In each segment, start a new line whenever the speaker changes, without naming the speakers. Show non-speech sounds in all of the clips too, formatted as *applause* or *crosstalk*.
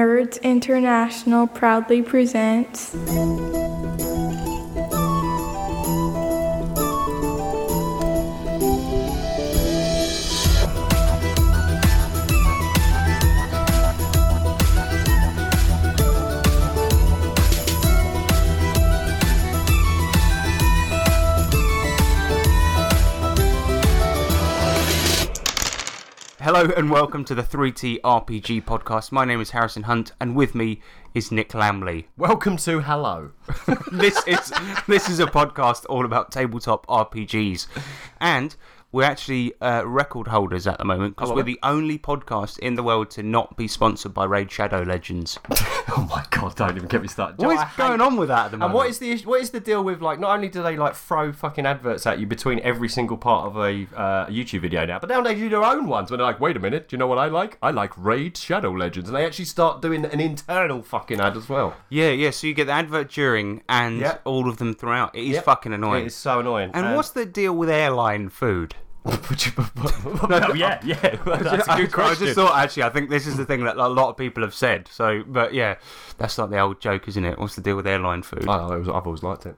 Nerds International proudly presents.
Hello and welcome to the 3T RPG podcast. My name is Harrison Hunt, and with me is Nick Lamley.
Welcome to Hello.
This is *laughs* this is a podcast all about tabletop RPGs, and we're actually uh, record holders at the moment
Oh,
because we're the only podcast in the world to not be sponsored by Raid Shadow Legends.
*laughs* oh my god, don't even get me started. Do you
What
know
is
I hate-
going on with that at the moment?
And what is the is- what is the deal with like? Not only do they like throw fucking adverts at you between every single part of a uh, YouTube video now, but now they do their own ones. When they're like, wait a minute, do you know what I like? I like Raid Shadow Legends, and they actually start doing an internal fucking ad as well.
yeah, yeah. So you get the advert during and
Yeah.
all of them throughout. It is
Yep.
fucking annoying.
It is uh, so annoying.
and what's
*laughs*
the deal with airline food?
no, yeah, yeah, that's
*laughs*
a
I-
good
I just
question.
thought, actually, I think this is the thing that a lot of people have said. So, but yeah, that's like the old joke, isn't it? What's the deal with airline food?
I don't know, it was- I've always liked it.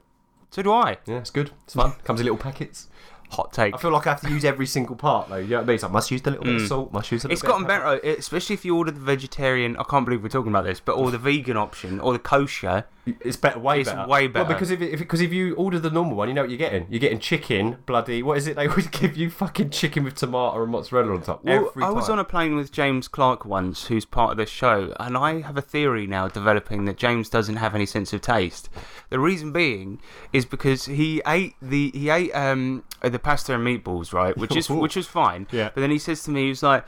so do I.
Yeah, it's good. It's fun. Comes in little packets.
Hot take.
I feel like I have to use every single part though. You know what I mean? It's like must use a little bit of salt, must use a little
It's
bit.
gotten
of
better, uh, especially if you order the vegetarian. I can't believe we're talking about this, but or the vegan option or the kosher.
It's better, way
It's
better.
way better.
Well, because if it- if because if you order the normal one, you know what you're getting. You're getting chicken, bloody. What is it? They *laughs* always give you fucking chicken with tomato and mozzarella on top.
Well,
every
I was
time.
on a plane with James Clark once, who's part of this show, and I have a theory now developing that James doesn't have any sense of taste. The reason being is because he ate the he ate um the pasta and meatballs, right, which
*laughs*
is which was fine.
Yeah.
But then he says to me, he was like.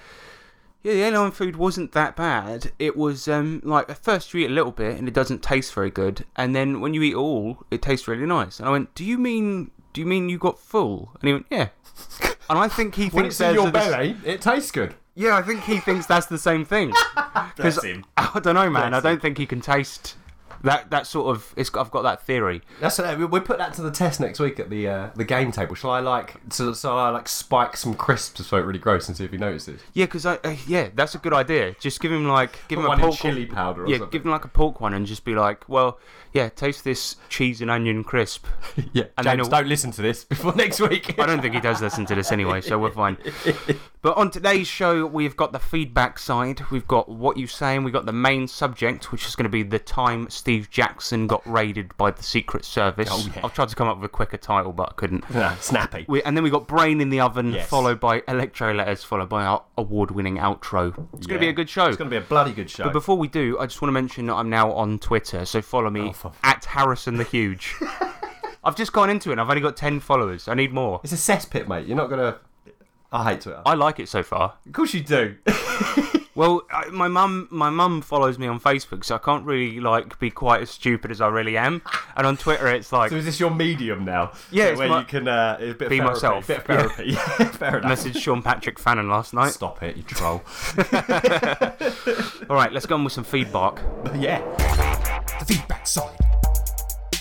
Yeah, the airline food wasn't that bad. It was um, like at first you eat a little bit and it doesn't taste very good, and then when you eat all, it tastes really nice. And I went, "Do you mean do you mean you got full?" And he went, "Yeah." And I think he thinks
when it's in
there's
your
a- this-
belly, it tastes good.
yeah, I think he thinks that's the same
*laughs*
thing. Because *laughs* I don't know, man. I don't think he can taste that. That sort of. It's. I've got that theory.
That's uh, we- we'll put that to the test next week at the uh, the game table. Shall I like so, so I like spike some crisps so it really gross and see if he notices?
Yeah, because I. Uh, yeah, that's a good idea. Just give him like give him
Put one
a
in
pork
chili powder or
yeah,
something.
give him like a pork one and just be like, well, yeah, taste this cheese and onion crisp.
Yeah,
And then
James,
he'll-
don't listen to this *laughs* before next week.
I don't think he does listen to this anyway, so we're fine. But on today's show, we've got the feedback side. We've got what you saying. We've got the main subject, which is going to be the time Steve Jackson got raided by the Secret Service.
Oh, yeah.
I've tried to come up with a quicker title, but I couldn't.
*laughs* Nah, snappy.
We, and then we got Brain in the Oven,
Yes.
followed by Electro Letters, followed by our award winning outro. It's going to be
Yeah.
a good show.
It's gonna be a bloody good show.
But before we do, I just want to mention that I'm now on Twitter, so follow me
Oh, for-
at Harrison the Huge.
*laughs*
I've just gone into it and I've only got 10 followers. I need more.
it's a cesspit, mate. You're not gonna. I hate Twitter.
I like it so far.
Of course you do.
Well, I, my mum, my mum follows me on Facebook, so I can't really like be quite as stupid as I really am. And on Twitter, it's like
So is this your medium now?
Yeah,
So
it's
where
my-
you can uh, a bit of
Be
therapy,
myself.
bit of therapy. *laughs* Yeah, fair enough.
message Sean Patrick Fannin last night.
Stop it, you troll.
All right, let's go on with some feedback.
But yeah,
the feedback side.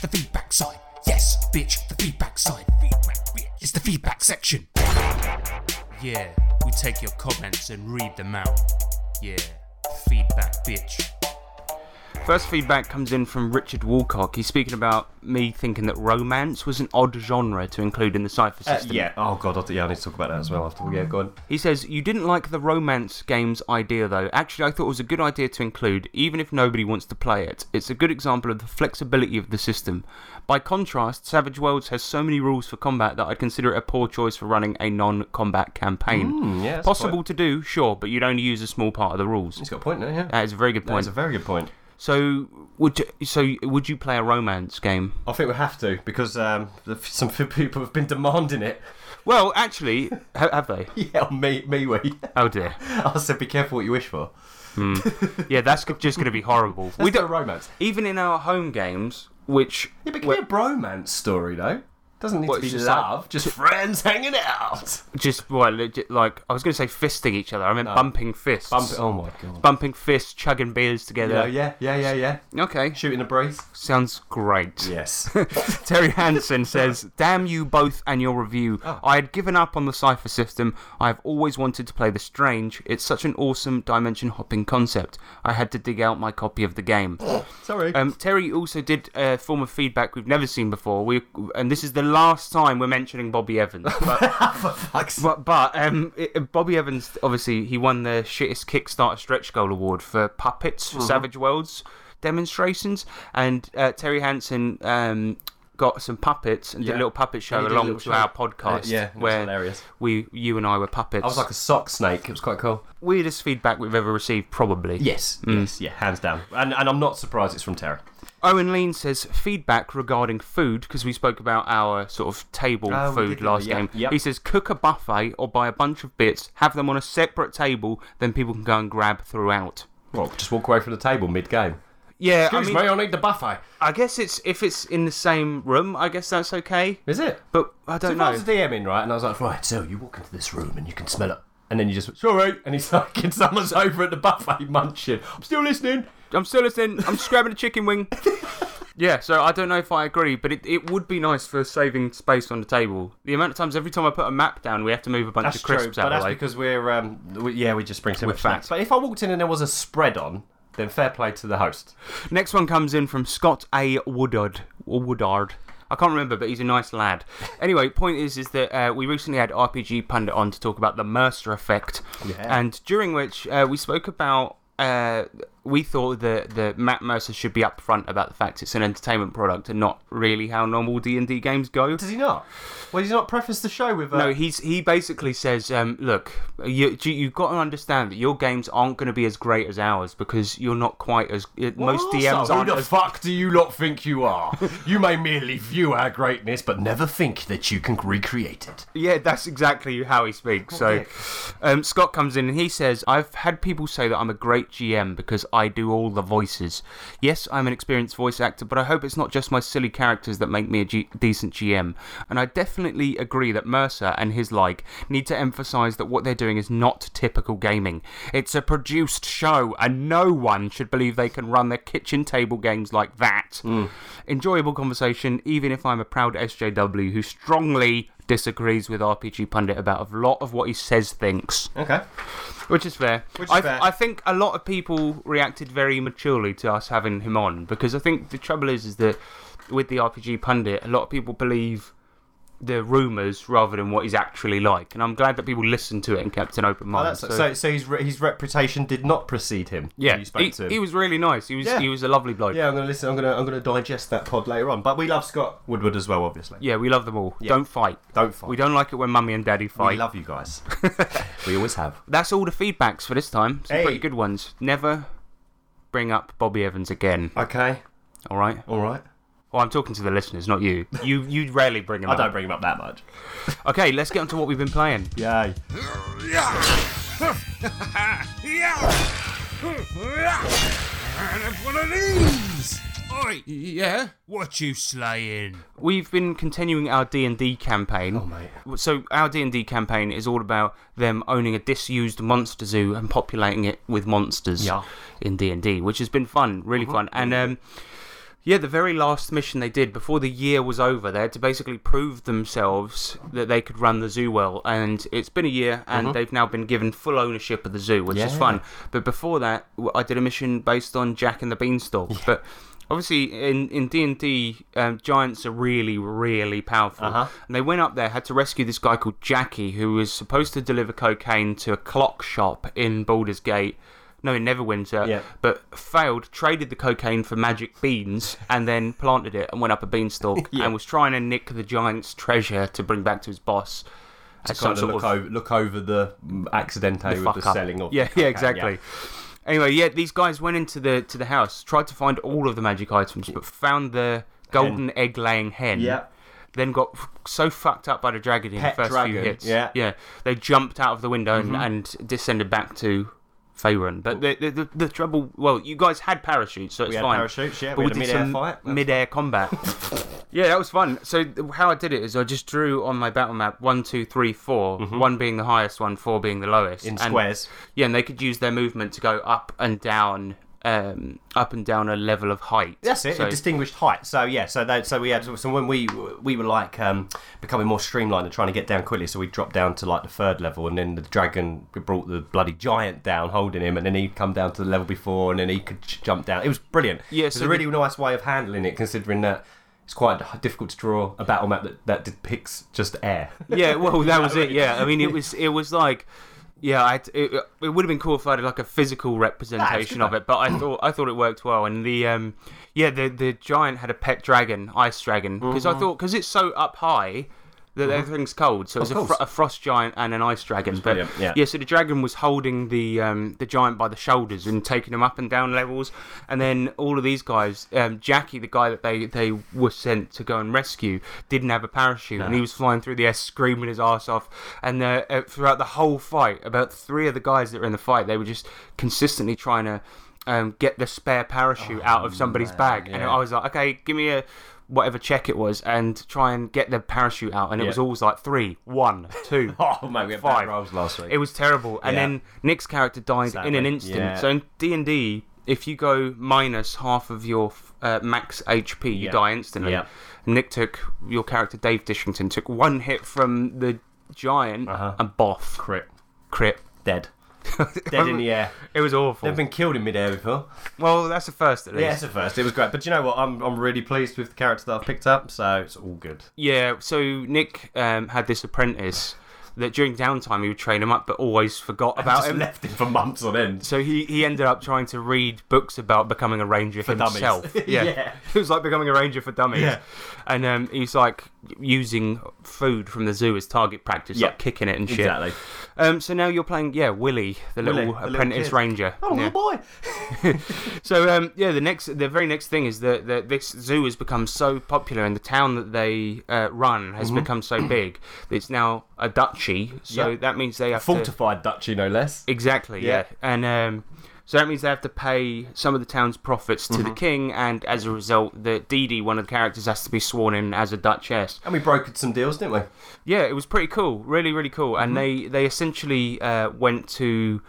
The feedback side. Yes, bitch, the feedback side. Feedback, bitch. It's the feedback section.
Yeah, we take your comments and read them out. Yeah, feedback, bitch.
First feedback comes in from Richard Walcock. He's speaking about me thinking that romance was an odd genre to include in the cipher
Uh,
system.
yeah. Oh god, I, yeah, I need to talk about that as well. After all. yeah, go on.
He says, You didn't like the romance games idea though. Actually, I thought it was a good idea to include, even if nobody wants to play it. It's a good example of the flexibility of the system. By contrast, Savage Worlds has so many rules for combat that I'd consider it a poor choice for running a non combat campaign.
yeah, Hmm, that's
Possible to do, sure, but you'd only use a small part of the rules.
He's got a point there. Yeah,
That is a very good
that's
point.
a very good Uh, point.
So, would you, so would you play a romance game?
I think we have to because um, the- some few people have been demanding it. *laughs*
Well, actually, *laughs* ha- have they?
Yeah, on me, me, we.
Oh dear.
*laughs* I said, be careful what you wish for.
Yeah, that's just going to be horrible. we
Let's do
don't
a romance.
even in our home games, which
Yeah, but it can be a bromance story though. Doesn't need
What,
to be
it's just
love, just friends hanging out.
Just well, legit, like I was going to say fisting each other. I meant
No.
bumping fists.
Bump oh my god.
Bumping fists, chugging beers together.
Yeah, yeah, yeah, yeah, yeah.
Okay,
Shooting a breeze.
sounds great.
Yes.
*laughs* Terry Hansen says, Damn you both and your review.
Oh.
I had given up on the Cypher system. I have always wanted to play The Strange. It's such an awesome dimension hopping concept. I had to dig out my copy of the
*laughs*
game.
*laughs* Sorry.
Um, Terry also did a form of feedback we've never seen before. We and this is the last time we're mentioning Bobby Evans. But, but, but um, it- Bobby Evans obviously he won the shittest Kickstarter stretch goal award for puppets
Mm-hmm.
for Savage Worlds demonstrations, and uh, Terry Hansen um, got some puppets and did
Yeah.
a little puppet
He
show
did a
along
little
to
show.
our podcast.
Uh, yeah, it was
where
hilarious.
we you and I were puppets.
I was like a sock snake. It was quite cool. Mm.
weirdest feedback we've ever received, probably.
Yes, yes, yeah, hands down. And, and I'm not surprised it's from Terry.
Owen Lean says feedback regarding food because we spoke about our sort of table
Oh, we
food
did,
last
yeah,
game.
yeah.
He says cook a buffet or buy a bunch of bits, have them on a separate table, then people can go and grab throughout.
Well, just walk away from the table mid-game.
Yeah,
Excuse
I mean,
me, I need the buffet.
I guess it's if it's in the same room, I guess that's okay.
Is it?
But I
So
don't
if I
know.
was DMing, right? And I was like, right, so you walk into this room and you can smell it. And then you just, sorry. And he's *laughs* like, and someone's over at the buffet munching. I'm still listening.
I'm still listening. I'm just grabbing a chicken *laughs* wing. Yeah, so I don't know if I agree, but it, it would be nice for saving space on the table. The amount of times every time I put a map down, we have to move a bunch
That's
of
true,
crisps
but
out of
that's
the way.
because we're, um, we, yeah, we just bring so
We're
much snacks.
fat.
But if I walked in and there was a spread on, then fair play to the host.
Next one comes in from Scott A. Woodard or Woodard. I can't remember, but he's a nice
*laughs*
lad. Anyway, point is, is that uh, we recently had RPG Pundit on to talk about the Mercer effect, and during which uh, we spoke about. Uh, we thought that the Matt Mercer should be upfront about the fact it's an entertainment product and not really how normal D and D games go.
Does he not? Well, he's not prefaced the show with. Uh,
No, he's he basically says, um, look, you you- you've got to understand that your games aren't going to be as great as ours because you're not quite as it- most
Also,
DMs aren't
Who the
as
fuck do you lot think you are? *laughs* you may merely view our greatness, but never think that you can recreate it.
Yeah, that's exactly how he speaks. So, um, Scott comes in and he says, I've had people say that I'm a great GM because I do all the voices. Yes, I'm an experienced voice actor, but I hope it's not just my silly characters that make me a G- decent GM. And I definitely agree that Mercer and his like need to emphasize that what they're doing is not typical gaming. It's a produced show, and no one should believe they can run their kitchen table games like that. Enjoyable conversation, even if I'm a proud SJW who strongly disagrees with RPG Pundit about a lot of what he says thinks,
Okay.
which is fair.
Which is
I,
fair.
I think a lot of people reacted very maturely to us having him on because I think the trouble is is that with the RPG Pundit, a lot of people believe the rumours rather than what he's actually like, and I'm glad that people listened to it and kept an open mind.
Oh, so, so, his, re- his reputation did not precede him. when
yeah,
you spoke
he,
to him.
he was really nice. He was
Yeah.
he was a lovely bloke.
yeah, I'm gonna listen. I'm gonna I'm gonna digest that pod later on. But we love Scott Woodward as well, obviously.
Yeah, we love them all. Don't fight.
Don't fight.
We don't like it when mummy and daddy
We
fight.
love you
*laughs*
guys. we always have.
That's all the feedbacks for this time. Some
Hey.
pretty good ones. Never bring up Bobby Evans again.
Okay.
All right.
All right.
Well, I'm talking to the listeners, not you. You you rarely bring him
I
up.
don't bring him up that much.
Okay, let's get on to what we've been playing.
Yay.
One of these!
Oi!
Yeah?
What you slaying?
We've been continuing our D and D campaign.
Oh mate.
So our D and D campaign is all about them owning a disused monster zoo and populating it with monsters
Yeah. Uh-huh.
in D and D, which has been fun, really fun. And um, yeah, the very last mission they did before the year was over, they had to basically prove themselves that they could run the zoo well. And it's been a year, and they've now been given full ownership of the zoo, which is
Uh-huh. Yeah.
fun. But before that, w- I did a mission based on Jack and the Beanstalk, but. Obviously, in in D and D, um, giants are really, really powerful,
Uh-huh.
and they went up there, had to rescue this guy called Jackie, who was supposed to deliver cocaine to a clock shop in Baldur's Gate, no, in Neverwinter,
Yeah.
but failed, traded the cocaine for magic beans, and then planted it and went up a beanstalk
*laughs* Yeah.
and was trying to nick the giant's treasure to bring back to his boss. as some
Kind of
sort
look,
of-
over, look over the mm, accidente with
fuck
the
up.
selling of.
Yeah,
Okay,
yeah, exactly. Anyway, yeah, these guys went into the to the house, tried to find all of the magic items, but found the golden egg laying hen.
Yeah.
Then got f- so fucked up by the dragon in
Pet
the first few
dragon,
hits.
yeah. Mm-hmm.
yeah. They jumped out of the window and, and descended back to Faerun. But the, the, the, the trouble, well, you guys had parachutes, so it's
We had
fine.
parachutes, yeah,
But
we
we
had a
did
mid-air
some
fight. *laughs*
mid-air combat. Yeah, that was fun. So th- how I did it is I just drew on my battle map one, two, three, four, One being the highest, one four being the lowest.
Mm-hmm. In
And-
squares.
Yeah, and they could use their movement to go up and down, um, up and down a level of height.
That's it.
So,
a distinguished height. So yeah. So that. So we had. So when we we were like um, becoming more streamlined and trying to get down quickly, so we dropped down to like the third level, and then the dragon brought the bloody giant down, holding him, and then he'd come down to the level before, and then he could j- jump down. It was brilliant.
Yeah,
it was
so
a really nice way of handling it, considering that. It's quite difficult to draw a battle map that, that depicts just air.
yeah, well, that was it. Yeah, I mean, it was it was like. Yeah, I, it, it would have been cool if I had like a physical representation of it, but I thought I thought it worked well. And the um, yeah, the the giant had a pet dragon, ice dragon, because
Mm-hmm.
I thought because it's so up high that everything's cold, so it was a,
course.
fro- a frost giant and an ice dragon. But
brilliant, yeah.
so the dragon was holding the um, the giant by the shoulders and taking him up and down levels, and then all of these guys, um, Jackie, the guy that they they were sent to go and rescue, didn't have a parachute, and he was flying through the air screaming his ass off. And uh, uh, throughout the whole fight, about three of the guys that were in the fight, they were just consistently trying to. Um, get the spare parachute out of somebody's bag, and I was like, "Okay, give me a whatever check it was, and try and get the parachute out." And it
Yeah.
was always like three, one, two,
*laughs* oh man, we had
Five.
bad rolls last week.
it was terrible. And
Yeah.
then Nick's character died in an
Sadly,
instant.
yeah.
So in D and D, if you go minus half of your uh, max HP, you
Yeah.
die instantly.
Yeah.
Nick took your character Dave Dishington took one hit from the giant
Uh-huh.
and boff
crit.
crit.
Dead.
*laughs*
Dead in the air.
It was awful.
They've been killed in midair before.
well, that's the first at least.
Yeah, it's a first. It was great. But you know what? I'm, I'm really pleased with the character that I've picked up, so it's all good.
Yeah, so Nick um, had this apprentice that during downtime he would train him up, but always forgot
I
about
just
him.
left him for months on end.
So he, he ended up trying to read books about becoming a ranger
dummies.
himself. *laughs*
*laughs* Yeah.
it was like becoming a ranger for dummies.
Yeah.
And um, he's like using food from the zoo as target practice,
Yeah.
like kicking it and shit.
Exactly.
Um, so now you're playing, yeah, Willie, the
Willie,
little
the little
apprentice
kid.
ranger.
Oh,
Yeah.
little boy.
So um, yeah, the next, the very next thing is that, that this zoo has become so popular, and the town that they uh, run
Mm-hmm.
has become so big. that It's now a duchy, so
Yep.
that means they have to,
Fortified duchy, no less.
Exactly. Yeah.
Yeah.
And um, so that means they have to pay some of the town's profits to the king, and as a result, the Dee Dee, one of the characters, has to be sworn in as a duchess.
And we brokered some deals, didn't we?
Yeah, it was pretty cool. Really, really cool. And they they essentially uh, went to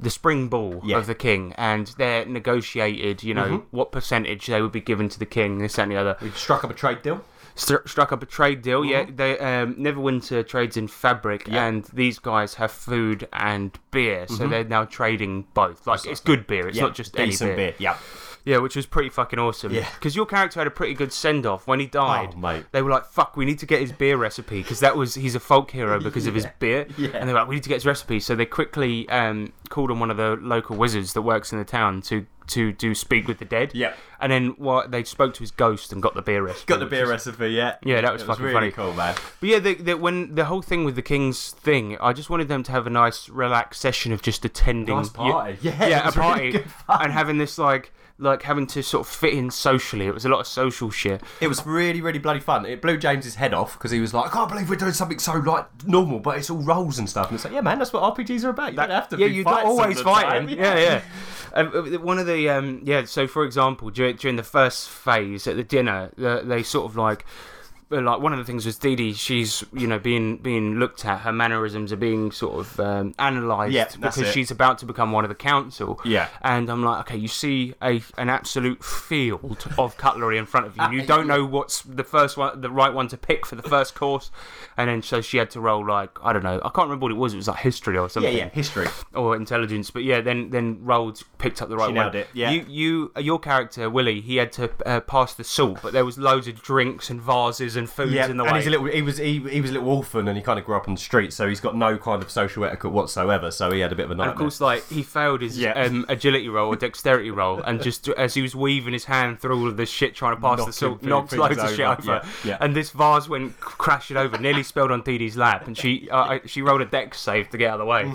the spring ball
Yeah.
of the king, and they negotiated, you know, what percentage they would be given to the king, this that, and the other.
We struck up a trade deal.
Stru struck up a trade deal. Yeah,
Mm-hmm.
they um, Neverwinter trades in fabric, and these guys have food and beer, so they're now trading both. Like it's good beer; it's
Mm-hmm. Yeah,
not just any
decent
beer.
Yeah.
Yeah, which was pretty fucking awesome.
Yeah.
because your character had a pretty good send off when he died.
Oh, mate.
They were like, "Fuck, we need to get his beer recipe," because that was he's a folk hero because of his beer.
*laughs* Yeah.
and they're like, "We need to get his recipe." So they quickly um, called on one of the local wizards that works in the town to to do speak with the dead.
Yeah.
and then what they spoke to his ghost and got the beer recipe.
Got the
which
beer
was-
recipe, yeah.
Yeah, that was
It
fucking funny.
really cool, man.
but yeah, the, the, when the whole thing with the king's thing, I just wanted them to have a nice, relaxed session of just attending.
Nice party. *laughs*
Yeah,
Yeah, it
a
was really
party,
good
and having this like, like having to sort of fit in socially. It was a lot of social shit.
It was really, really bloody fun. It blew James's head off because he was like, "I can't believe we're doing something so like normal, but it's all roles and stuff." And it's like, "Yeah, man, that's what RPGs are about. You don't have to
yeah,
be
you're
fights all
always
the
fighting.
time."
Yeah, yeah. Um, uh, one of the um, yeah. So for example, during, during the first phase at the dinner, the, they sort of like. uh, Like one of the things was Dee Dee, she's you know being being looked at. Her mannerisms are being sort of um, analysed
Yeah, that's
because
it.
she's about to become one of the council.
Yeah.
and I'm like, okay, you see a an absolute field of cutlery in front of you. and
*laughs*
You don't know what's the first one, the right one to pick for the first course, and then so she had to roll like I don't know, I can't remember what it was. It was like history or
yeah,
something
yeah. History.
or intelligence, but yeah, then then rolled picked up the right
She
one.
nailed it, yeah.
You you uh, your character Willie, he had to uh, pass the salt, but there was loads of drinks and vases and foods
Yeah,
in the
and
way.
he's a little. He was he, he was a little orphan, and he kind of grew up on the street, so he's got no kind of social etiquette whatsoever. So he had a bit of a nightmare.
and of course, like he failed his
Yeah.
um, agility roll or dexterity roll,
*laughs*
and just as he was weaving his hand through all of this shit trying to pass the
Knocking
salt,
food
knocked
things
loads of shit
over,
over.
yeah, yeah.
And this vase went c- crashing over, nearly spilled on Dee Dee's lap, and she uh, I- she rolled a dex save to get out of the way.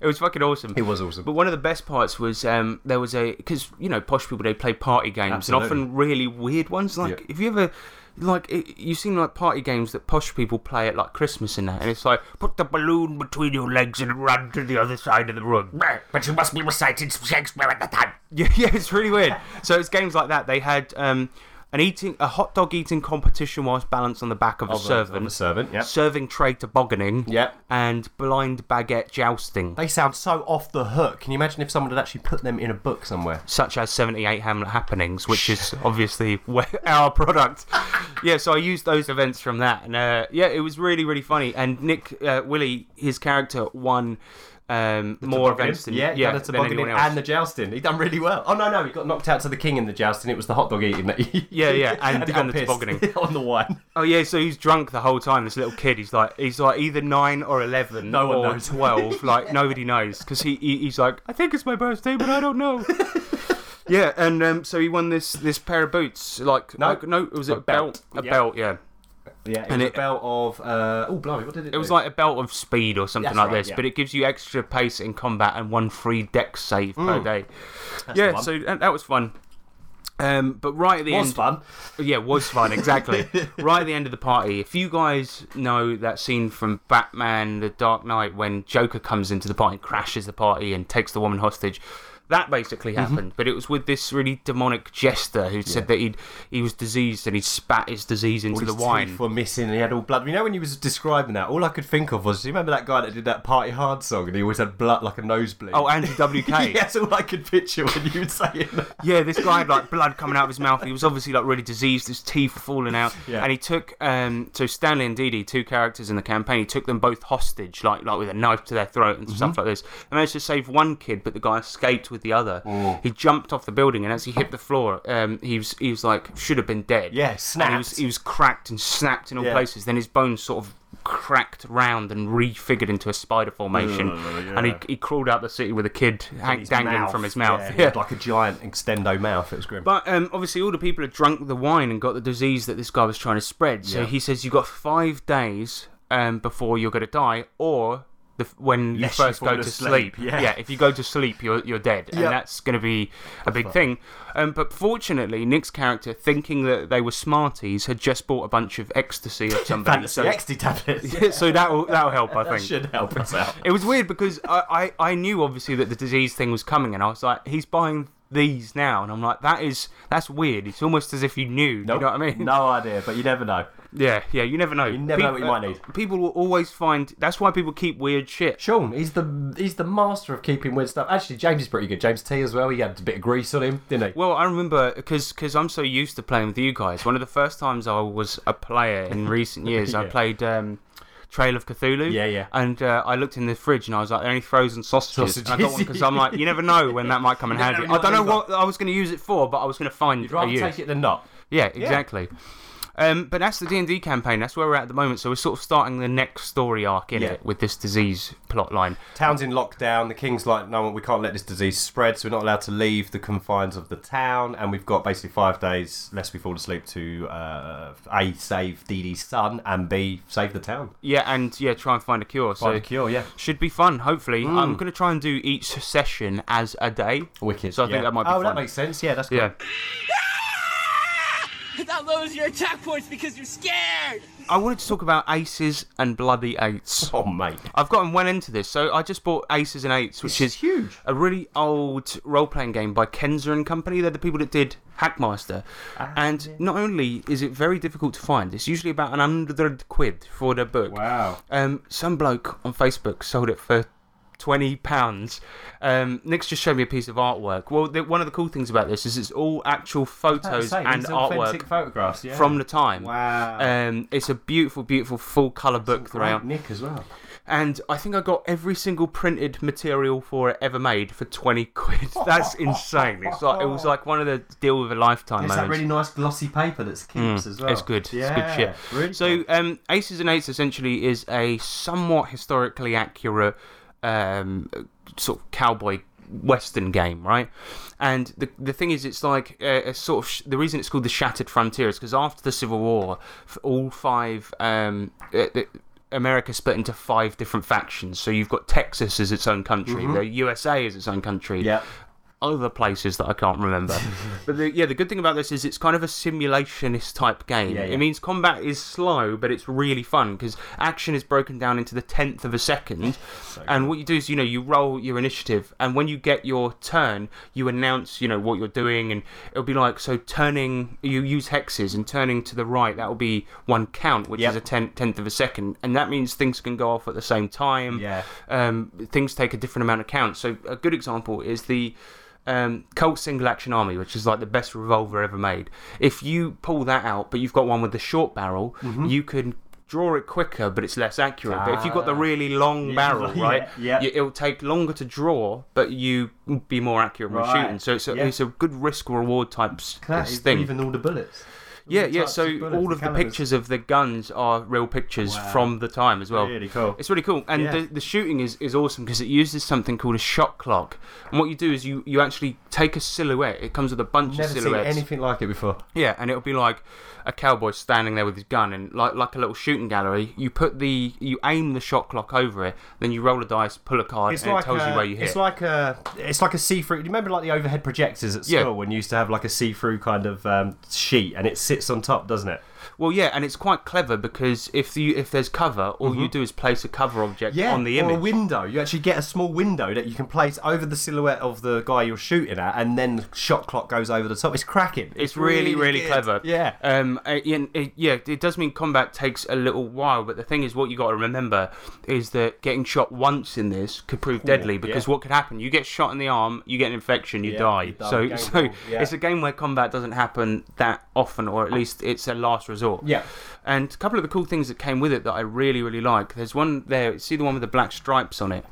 It was fucking awesome.
Mm-hmm. it was awesome.
But one of the best parts was um, there was a because you know posh people they play party games
Absolutely.
and often really weird ones. Like
Yeah.
if you ever like it, you seen like party games that posh people play at like Christmas and that, and it's like put the balloon between your legs and run to the other side of the room.
*laughs* But you
*laughs*
must be reciting Shakespeare at the time.
yeah, yeah, it's really weird. so it's games like that. They had um, An eating a hot dog eating competition whilst balanced on the back of a
Of a- of
servant.
a servant, yep.
Serving tray tobogganing.
Yep.
And blind baguette jousting.
They sound so off the hook. Can you imagine if someone had actually put them in a book somewhere?
such as 78 Hamlet Happenings, which
*laughs*
is obviously where *laughs* our product. Yeah, so I used those events from that, and uh, yeah, it was really really funny. And Nick uh, Willie, his character, won um, more
Tobogganing.
events than
yeah, yeah,
yeah
the
than anyone
tobogganing
else.
and the jousting. He done really well. Oh no, no, he got knocked out to the king in the jousting. It was the hot dog eating that he. *laughs*
Yeah, yeah, and-
he got
and the
pissed
tobogganing.
*laughs* on the wine.
oh yeah, so he's drunk the whole time. This little kid, he's like he's like either nine or eleven,
No one
or
knows. *laughs*
twelve. Like nobody knows because he, he he's like I think it's my birthday, but I don't
*laughs*
know. yeah, and um, so he won this this pair of boots. Like
No.
no, no, was it
A
a
belt.
belt? A belt, yeah.
Yeah, it
And
was
it-
a belt of. Uh, oh, blimey, what did it?
It was
do?
like a belt of speed or something
That's
like
right,
this,
yeah.
but it gives you extra pace in combat and one free deck save per day.
Mm. the
yeah,
one.
so that, that was fun. Um, but right at the
was
end,
fun.
yeah, was fun
*laughs*
exactly. right at the end of the party, if you guys know that scene from Batman: The Dark Knight when Joker comes into the party, crashes the party, and takes the woman hostage. That basically
Mm-hmm.
happened, but it was with this really demonic jester who said that he he was diseased and he spat his disease into
All
the
his
wine.
teeth were missing and he had all blood. You know when you was describing that, all I could think of was, do you remember that guy that did that Party Hard song and he always had blood like a nosebleed? *laughs*
Oh, Andrew WK.
That's all I could picture when you were saying that. *laughs*
Yeah, this guy had like blood coming out of his mouth. He was obviously like really diseased. His teeth were falling out,
Yeah.
and he took um so Stanley and Dee Dee, two characters in the campaign. He took them both hostage, like like with a knife to their throat and
Mm-hmm.
stuff like this. And managed to save one kid, but the guy escaped with the other.
Oh.
He jumped off the building, and as he hit the floor, um he was he was like should have been dead.
Yeah,
And he was
snapped.
he was cracked and snapped in all
Yeah.
places. Then his bones sort of cracked round and refigured into a spider formation
Oh,
and he, he crawled out the city with a kid hang, dangling from his mouth *laughs*
Yeah, he had like a giant extendo mouth. It was grim.
but um, obviously, all the people had drunk the wine and got the disease that this guy was trying to spread. So
Yeah.
he says you've got five days um, before you're going to die, or the, f- when
Unless
you
you
first
fall
go to
asleep,
sleep.
yeah.
if you go to sleep, you're you're dead,
Yeah.
and that's going to be a big thing. Um, but fortunately, Nick's character, thinking that they were Smarties, had just bought a bunch of ecstasy
*laughs*
of somebody.
Fantasy
so,
XD *laughs* tablets.
*laughs* so that'll that'll help, I
that
think.
should help
*laughs*
us out.
It was weird because I, I, I knew obviously that the disease thing was coming, and I was like, he's buying these now, and I'm like, that is that's weird. It's almost as if you knew.
Nope.
You know what I mean?
No idea, but you never know.
Yeah, yeah. You never know. You
never know what you might need.
People will always find. That's why people keep weird shit.
Sean, he's the he's the master of keeping weird stuff. Actually, James is pretty good. James T as well. He had a bit of grease on him, didn't he?
Well, I remember because I'm so used to playing with you guys. One of the first times I was a player
*laughs*
in recent years, I
Yeah.
played. Um, Trail of Cthulhu.
Yeah, yeah.
And uh, I looked in the fridge and I was like, "There are only frozen sausages." And I got one
Sausages.
because I'm like, you never know when that might come in
*laughs* You never
handy.
know
I don't know
when
what I was going to use it for, but I was going to find
You'd rather
a use.
take it than not.
Yeah, exactly. Um, but that's the D and D campaign. That's where we're at at the moment. So we're sort of starting the next story arc in
Yeah.
it with this disease plot line.
Town's in lockdown. The king's like, no, we can't let this disease spread, so we're not allowed to leave the confines of the town. And we've got basically five days, lest we fall asleep, to uh, A, save Dee Dee's son, and B, save the town.
Yeah, and yeah, try and find a cure.
Find
so
a cure, yeah.
should be fun. Hopefully, I'm going to try and do each session as a day.
Mm. Wicked.
So I think
yeah.
that might be
Oh,
fun.
that makes sense. Yeah, that's cool.
yeah.
*laughs* That lowers your attack points because you're scared!
I wanted to talk about aces and bloody eights.
Oh, mate.
I've gotten well into this, so I just bought Aces and Eights, which
This
is
is huge.
A really old role-playing game by Kenza and Company. They're the people that did Hackmaster,
Ah,
and not only is it very difficult to find, it's usually about an hundred quid for the book.
Wow.
Um, some bloke on Facebook sold it for twenty pounds. Um, Nick's just showed me a piece of artwork. Well, the, one of the cool things about this is it's all actual photos and artwork
photographs, yeah.
from the time.
Wow.
Um, it's a beautiful, beautiful full color book throughout
Nick as well.
and I think I got every single printed material for it ever made for twenty quid. *laughs*
*laughs*
That's insane. It's like it was like one of the deal with a lifetime
It's that
moments.
really nice glossy paper that's keeps as well.
Mm. It's good.
Yeah,
it's good shit.
Really
so,
cool.
um, Aces and Eights essentially is a somewhat historically accurate um, sort of cowboy western game, right? And the the thing is, it's like uh, a, a sort of sh- the reason it's called the Shattered Frontier is because after the Civil War, f- all five. Um, uh, the- America split into five different factions. So you've got Texas as its own country, the USA as its own country,
Mm-hmm. Yeah.
other places that I can't
*laughs*
remember. but the, yeah, the good thing about this is it's kind of a simulationist type game.
Yeah, yeah.
It means combat is slow, but it's really fun because action is broken down into the tenth of a
*laughs*
second. and what you do is, you know, you roll your initiative, and when you get your turn, you announce, you know, what you're doing, and it'll be like so turning. You use hexes, and turning to the right, that will be one count, which
Yep.
is a ten, tenth of a second, and that means things can go off at the same time
Yeah.
um, things take a different amount of count. So a good example is the um, Colt single action army, which is like the best revolver ever made. If you pull that out, but you've got one with the short barrel,
Mm-hmm.
you can draw it quicker, but it's less accurate. but if you've got the really
*laughs*
long barrel,
Ah. yeah,
right,
yeah.
you- it'll take longer to draw, but you be more accurate when
Right,
shooting. So it's a,
yeah.
it's a good risk reward type s-
That
s-
is
thing.
even all the bullets.
Yeah, yeah.
types
So
of bullets,
all
the
of the
calibers.
pictures of the guns are real pictures
Wow.
from the time as well.
Really cool.
It's really cool, and
Yeah.
the, the shooting is, is awesome because it uses something called a shot clock. And what you do is you, you actually take a silhouette. It comes with a bunch
Never
of
seen
silhouettes.
anything like it before.
Yeah, and it'll be like a cowboy standing there with his gun, and like like a little shooting gallery. You put the you aim the shot clock over it, then you roll a dice, pull a card, and it tells
a,
you where you hit.
It's like a it's like a see-through. You remember like the overhead projectors at school
Yeah.
when you used to have like a see-through kind of um, sheet and it sits on top, doesn't it?
Well, yeah, and it's quite clever because if you if there's cover, all you do is place a cover object on the
Mm-hmm. or
image.
a window. You actually get a small window that you can place over the silhouette of the guy you're shooting at, and then the shot clock goes over the top. It's cracking.
It's really, really,
good.
clever.
Yeah.
Um. uh, yeah, and it, yeah. It does mean combat takes a little while, but the thing is, what you got to remember is that getting shot once in this could prove deadly because
yeah.
what could happen? You get shot in the arm, you get an infection, you
Yeah,
die.
you die.
So,
Game
so
ball, yeah.
it's a game where combat doesn't happen that often, or at least it's a last resort.
Yeah.
And a couple of the cool things that came with it that I really, really like. There's one there. See the one with the black stripes on it.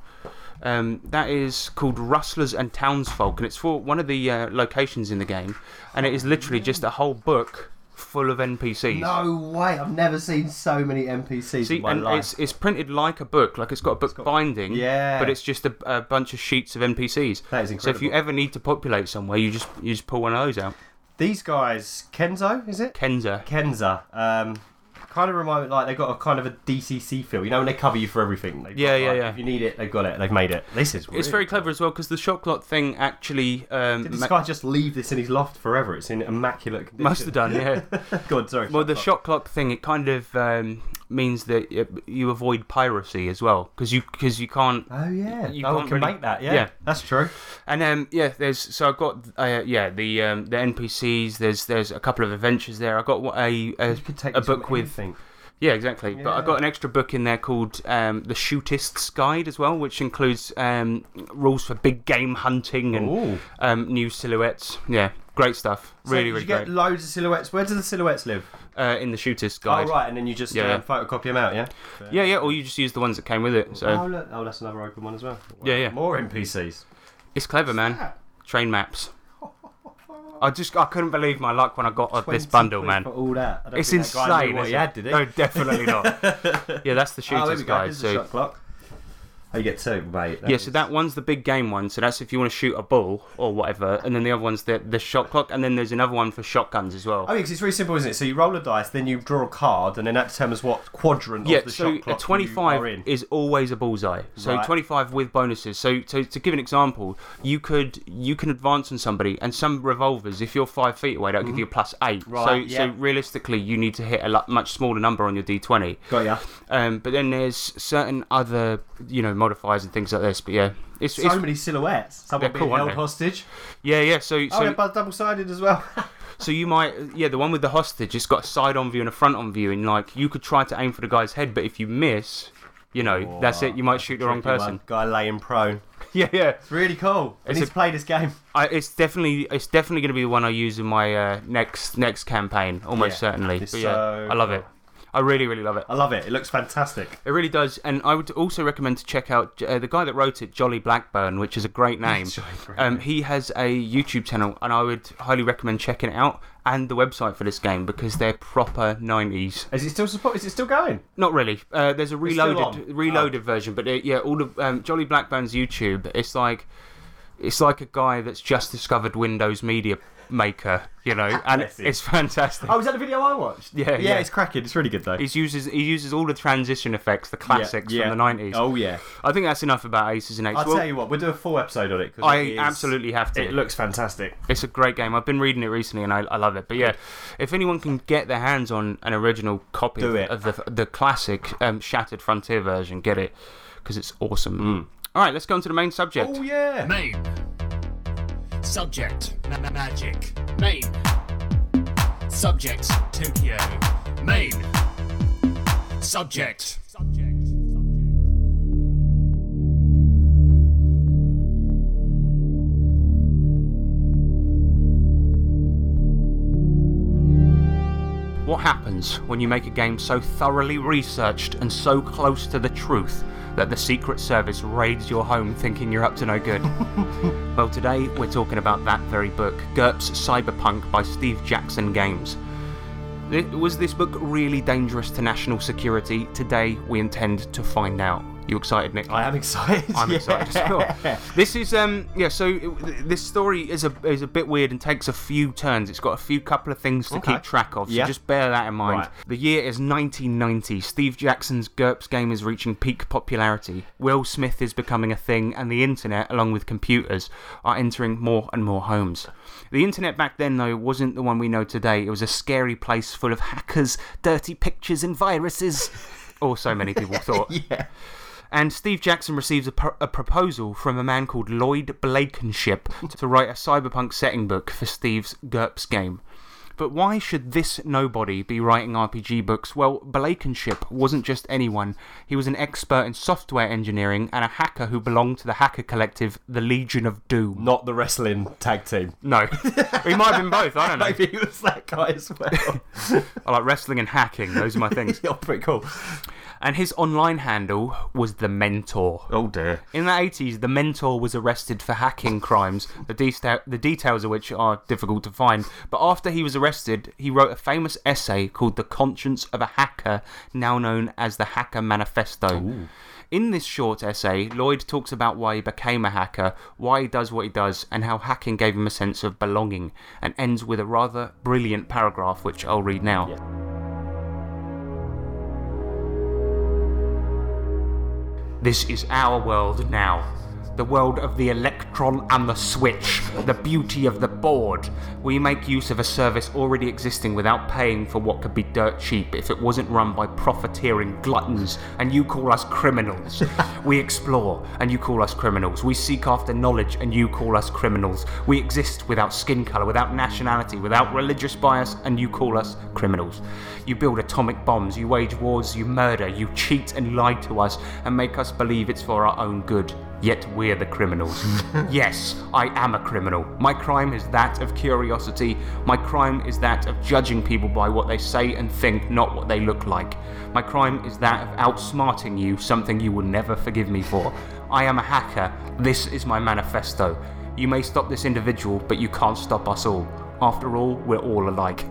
Um, that is called Rustlers and Townsfolk, and it's for one of the uh, locations in the game, and it is literally just a whole book full of NPCs.
No way! I've never seen so many NPCs
See,
in my
and
life.
it's it's printed like a book, like it's got a book binding.
Yeah.
But it's just a, a bunch of sheets of NPCs.
That is
So if you
incredible.
ever need to populate somewhere, you just you just pull one of those out.
These guys, Kenzo, is it?
Kenza.
Kenza. Um, kind of remind me like they got a kind of a DCC feel. You know, when they cover you for everything. They've
Yeah,
got,
yeah,
like,
yeah.
If you need it, they've got it. They've made it. This is.
It's
really
very
cool.
clever as well because the shot clock thing actually. Um,
Did this
ma-
guy just leave this in his loft forever? It's in immaculate
*laughs*
condition.
must
*laughs*
have done, yeah.
God, sorry. Oh,
Well, the
shot.
shot clock thing it kind of um, means that uh, you avoid piracy as well because you because you can't.
Oh yeah,
You
no one
can't
can
really-
make that. Yeah,
yeah.
that's true.
And um, yeah, there's so I've got uh, yeah the um, the NPCs. There's there's a couple of adventures there. I got a a,
You could take
a
this from
book with
anything.
yeah exactly. But I
Yeah.
got an extra book in there called um, the Shootist's Guide as well, which includes um, rules for big game hunting
Ooh.
and um, new silhouettes. Yeah, great stuff.
So
really
you
really
get
great.
loads of silhouettes. Where do the silhouettes live?
uh, in the Shootist's Guide.
Oh right, and then you just
Yeah.
um, photocopy them out. Yeah.
Yeah yeah, or you just use the ones that came with it. So
oh look, oh that's another open one as well. Wow.
Yeah, yeah.
More NPCs.
It's clever, man. Train
*laughs*
maps. I just I couldn't believe my luck when I got uh, this
20
bundle,
quid
man.
For all that, I don't
It's
think that guy
insane.
knew what
isn't
he
it?
had, did he?
No, definitely not.
*laughs*
yeah, that's the
oh, there
shooter's
we go.
guide.
Here's the
So
shot clock. Oh, you get two, mate.
yeah, so that one's the big game one. So that's if you want to shoot a bull or whatever, and then the other one's the the shot clock, and then there's another one for shotguns as well.
I mean, Oh, 'cause it's really simple, isn't it? So you roll a dice, then you draw a card, and then that determines what quadrant
yeah,
of the
so
shot
a
clock you are
25
in.
is always a bullseye. So
Right.
25 with bonuses. So to, to give an example, you could you can advance on somebody, and some revolvers, if you're five feet away, that'll give you a plus eight. so
Mm-hmm. Right,
so
yeah.
realistically, you need to hit a lo- much smaller number on your d20.
Got ya.
Um, but then there's certain other you know modifiers and things like this. But yeah, it's,
So
it's
many silhouettes. Someone
They're
being
cool, aren't
held
they?
hostage.
yeah yeah. So
oh, yeah,
so,
but double sided as well.
so you might yeah the one with the hostage, it's got a side on view and a front on view, and like you could try to aim for the guy's head, but if you miss. You know, *laughs* that's it. You might shoot the wrong
Tricky
person.
one. Guy laying prone.
*laughs* Yeah, yeah.
It's really cool. I
It's
need
a-
to play this game.
I, it's definitely it's definitely going to be the one I use in my uh, next next campaign, almost
Yeah.
certainly.
It's
But yeah,
so
I love
cool.
it. I really really love it.
I love it. It looks fantastic.
It really does, and I would also recommend to check out uh, the guy that wrote it, Jolly Blackburn, which is a great name.
Jolly Blackburn.
um, he has a YouTube channel, and I would highly recommend checking it out and the website for this game because they're proper nineties.
Is it still support? Is it still going?
Not really. Uh, there's a
still
reloaded
on.
reloaded version, but uh yeah, all the um, Jolly Blackburn's YouTube. It's like It's like a guy that's just discovered Windows Media Maker, you
*laughs*
know, and
Bless him.
it's fantastic.
*laughs* Oh, is that the video I watched?
Yeah,
yeah,
yeah.
It's cracking. It's really good though.
He uses he uses all the transition effects, the
Yeah,
classics
yeah.
from the nineties.
Oh yeah.
I think that's enough about Aces and Eights.
I'll
Well,
tell you what, we'll do a full episode on it. 'cause
I
it is-
absolutely have to.
It looks fantastic.
It's a great game. I've been reading it recently, and I, I love it. But yeah, if anyone can get their hands on an original copy
Do
of,
it.
of the the classic um, Shattered Frontier version, get it because it's awesome. All right, let's go on to the main subject.
Mm. Oh yeah.
Main. Subject. Ma- ma- magic. Main. Subject. Tokyo. Main. Subject. Subject.
What happens when you make a game so thoroughly researched and so close to the truth that the Secret Service raids your home thinking you're up to no good? well, today we're talking about that very book, GURPS Cyberpunk by Steve Jackson Games. Th- Was this book really dangerous to national security? Today we intend to find out. You excited, Nick?
I am
*laughs*
excited.
I'm
*laughs* yeah.
excited as well. This is um yeah. So it, this story is a is a bit weird and takes a few turns. It's got a few couple of things to
Okay.
keep track of. So
Yeah.
just bear that in mind.
Right.
The year is 1990. Steve Jackson's GURPS game is reaching peak popularity. Will Smith is becoming a thing, and the internet, along with computers, are entering more and more homes. The internet back then, though, wasn't the one we know today. It was a scary place full of hackers, dirty pictures, and
*laughs*
viruses. Or so many people thought. And Steve Jackson receives a, pro- a proposal from a man called Lloyd
*laughs*
Blakenship to write a cyberpunk setting book for Steve's GURPS game. But why should this nobody be writing RPG books? Well, Blakenship wasn't just anyone. He was an expert in software engineering and a hacker who belonged to the hacker collective, the Legion of Doom.
*laughs* Not the wrestling tag team. *laughs*
No. he might have been both, I don't know.
Maybe it was that guy as well.
I like wrestling and hacking, those are *laughs* my things.
*laughs* yeah, pretty cool.
And his online handle was The Mentor.
Oh dear.
In the 80s, the mentor was arrested for hacking crimes, the, desta- the details of which are difficult to find. But after he was arrested, he wrote a famous essay called The Conscience of a Hacker, now known as the Hacker Manifesto. In this short essay, Lloyd talks about why he became a hacker, why he does what he does, and how hacking gave him a sense of belonging, and ends with a rather brilliant paragraph, which I'll read now. This is our world now. The world of the electron and the switch, the beauty of the board. We make use of a service already existing without paying for what could be dirt cheap if it wasn't run by profiteering gluttons, and you call us criminals. we explore, and you call us criminals. We seek after knowledge, and you call us criminals. We exist without skin colour, without nationality, without religious bias, and you call us criminals. You build atomic bombs, you wage wars, you murder, you cheat and lie to us and make us believe it's for our own good. Yet we're the
*laughs*
criminals. yes, I am a criminal. My crime is that of curiosity. My crime is that of judging people by what they say and think, not what they look like. My crime is that of outsmarting you, something you will never forgive me for. I am a hacker. This is my manifesto. You may stop this individual, but you can't stop us all. After all, we're all alike.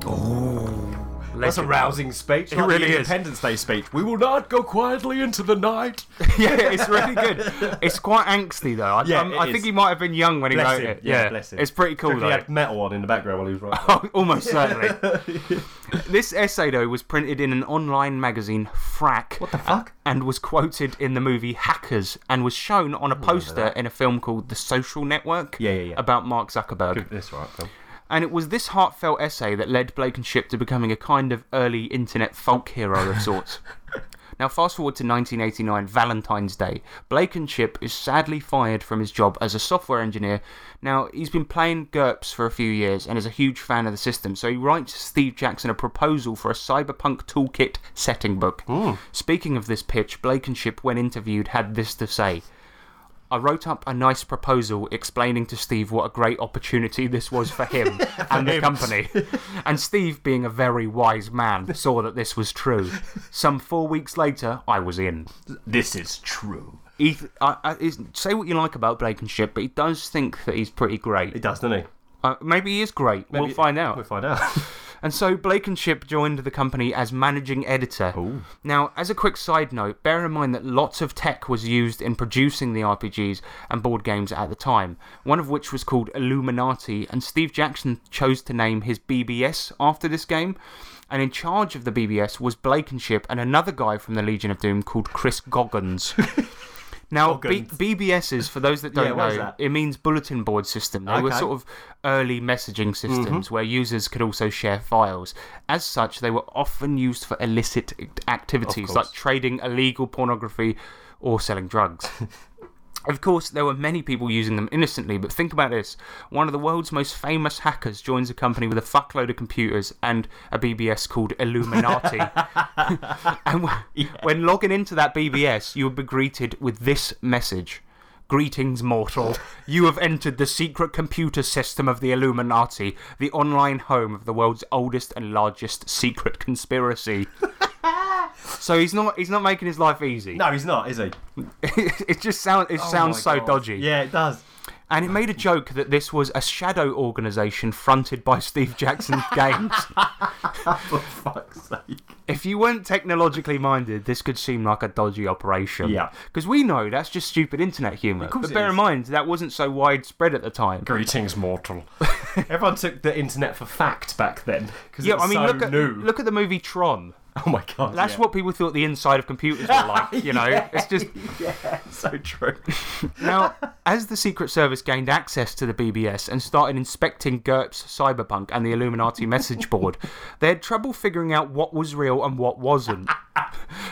That's a rousing speech. It
really
the
is.
Independence Day speech. We will not go quietly into
*laughs*
the night.
yeah, it's really good. It's quite angsty though. I,
Yeah,
um,
it
I
is.
think he might have been young when he
Bless
wrote
him.
it.
Yeah, bless him.
It's pretty cool
He
though.
*laughs* had metal on in the background while he
*laughs*
was writing.
Almost certainly. this essay though was printed in an online magazine, Frack. What the
fuck?
And was quoted in the movie Hackers and was shown on a poster in a film called The Social Network.
Yeah, yeah, yeah.
About Mark Zuckerberg.
That's right, Phil.
And it was this heartfelt essay that led Blakenship to becoming a kind of early internet folk hero of sorts. Now, fast forward to 1989, Valentine's Day. Blakenship is sadly fired from his job as a software engineer. Now, he's been playing GURPS for a few years and is a huge fan of the system, so he writes Steve Jackson a proposal for a cyberpunk toolkit setting book. Speaking of this pitch, Blakenship, when interviewed, had this to say. I wrote up a nice proposal explaining to Steve what a great opportunity this was *laughs* for him and the company. And Steve, being a very wise *laughs* man, saw that this was true. Some four weeks later, I was in.
This is true.
He, I, I, is- say what you like about Blakenship, but he does think that he's pretty
He
great.
does, doesn't he?
Uh, maybe he is great. we'll find out.
We'll find out.
And so Blankenship joined the company as managing editor. Now, as a quick side note, bear in mind that lots of tech was used in producing the RPGs and board games at the time, one of which was called Illuminati, and Steve Jackson chose to name his BBS after this game. And in charge of the BBS was Blankenship and another guy from the Legion of Doom called Chris
*laughs*
Goggins. Now, B-
Goggins.
BBSs, for those that don't
Yeah, what
know,
is that?
it means bulletin board system. They were
Okay.
sort of early messaging systems where users could also share files. As such, they were often used for illicit act- activities like trading illegal pornography or selling drugs. Of course, there were many people using them innocently, but think about this. One of the world's most famous hackers joins a company with a fuckload of computers and a BBS called Illuminati. and
*laughs*
w- when logging into that BBS, you would be greeted with this message Greetings,
*laughs*
mortal. You have entered the secret computer system of the Illuminati, the online home of the world's oldest and largest secret
*laughs*
conspiracy. so he's not he's not making his life easy.
*laughs* No, he's not, is he?
*laughs* it just sounds it sounds so
God.
dodgy.
Yeah, it does. *laughs*
And it made a joke that this was a shadow organization fronted by Steve
*laughs*
Jackson's games.
For fuck's sake.
If you weren't technologically minded, this could seem like a dodgy operation.
Yeah.
Because we know that's just stupid internet humor.
course
But
it
bear in
is.
mind, that wasn't so widespread at the time. *laughs*
Greetings, mortal. Everyone took the internet for fact back then because
Yeah,
it was
I mean,
so
look, at,
new.
look at the movie Tron.
oh my god,
That's
yeah.
what people thought the inside of computers were like,
*laughs*
you know? It's just.
so true.
Now, as the Secret Service gained access to the BBS and started inspecting GURPS, Cyberpunk, and the Illuminati message board, they had trouble figuring out what was real and what
*laughs*
wasn't.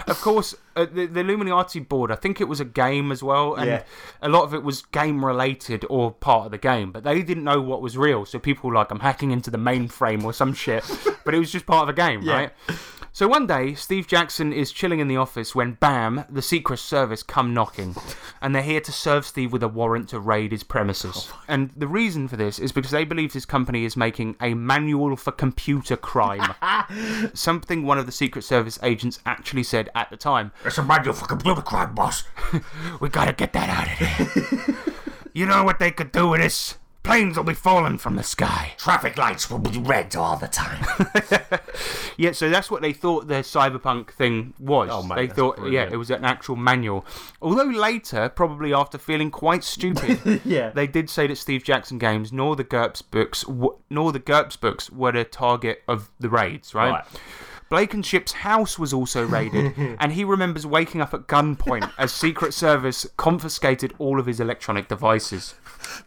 Of course, uh, the, the Illuminati board, I think it was a game as well, and
Yeah.
a lot of it was game related or part of the game, but they didn't know what was real, so people were like, I'm hacking into the mainframe or some shit, but it was just part of a game, right? So one day, Steve Jackson is chilling in the office when bam, the Secret Service come knocking, and they're here to serve Steve with a warrant to raid his premises. and the reason for this is because they believe his company is making a manual for computer crime, something one of the Secret Service agents actually said at the time.
It's a manual for computer crime, boss.
We gotta get that out of here. you know what they could do with this? Planes will be falling from the sky.
Traffic lights will be red all the time.
*laughs*
Yeah, so that's what they thought their cyberpunk thing was.
Oh, mate,
they
that's
thought,
brilliant.
yeah, it was an actual manual. Although later, probably after feeling quite
*laughs*
stupid,
Yeah.
they did say that Steve Jackson games nor the GURPS books, w- nor the GURPS books were the target of the raids. Right.
Right.
Blankenship's house was also
*laughs*
raided, and he remembers waking up at gunpoint as Secret Service confiscated all of his electronic devices.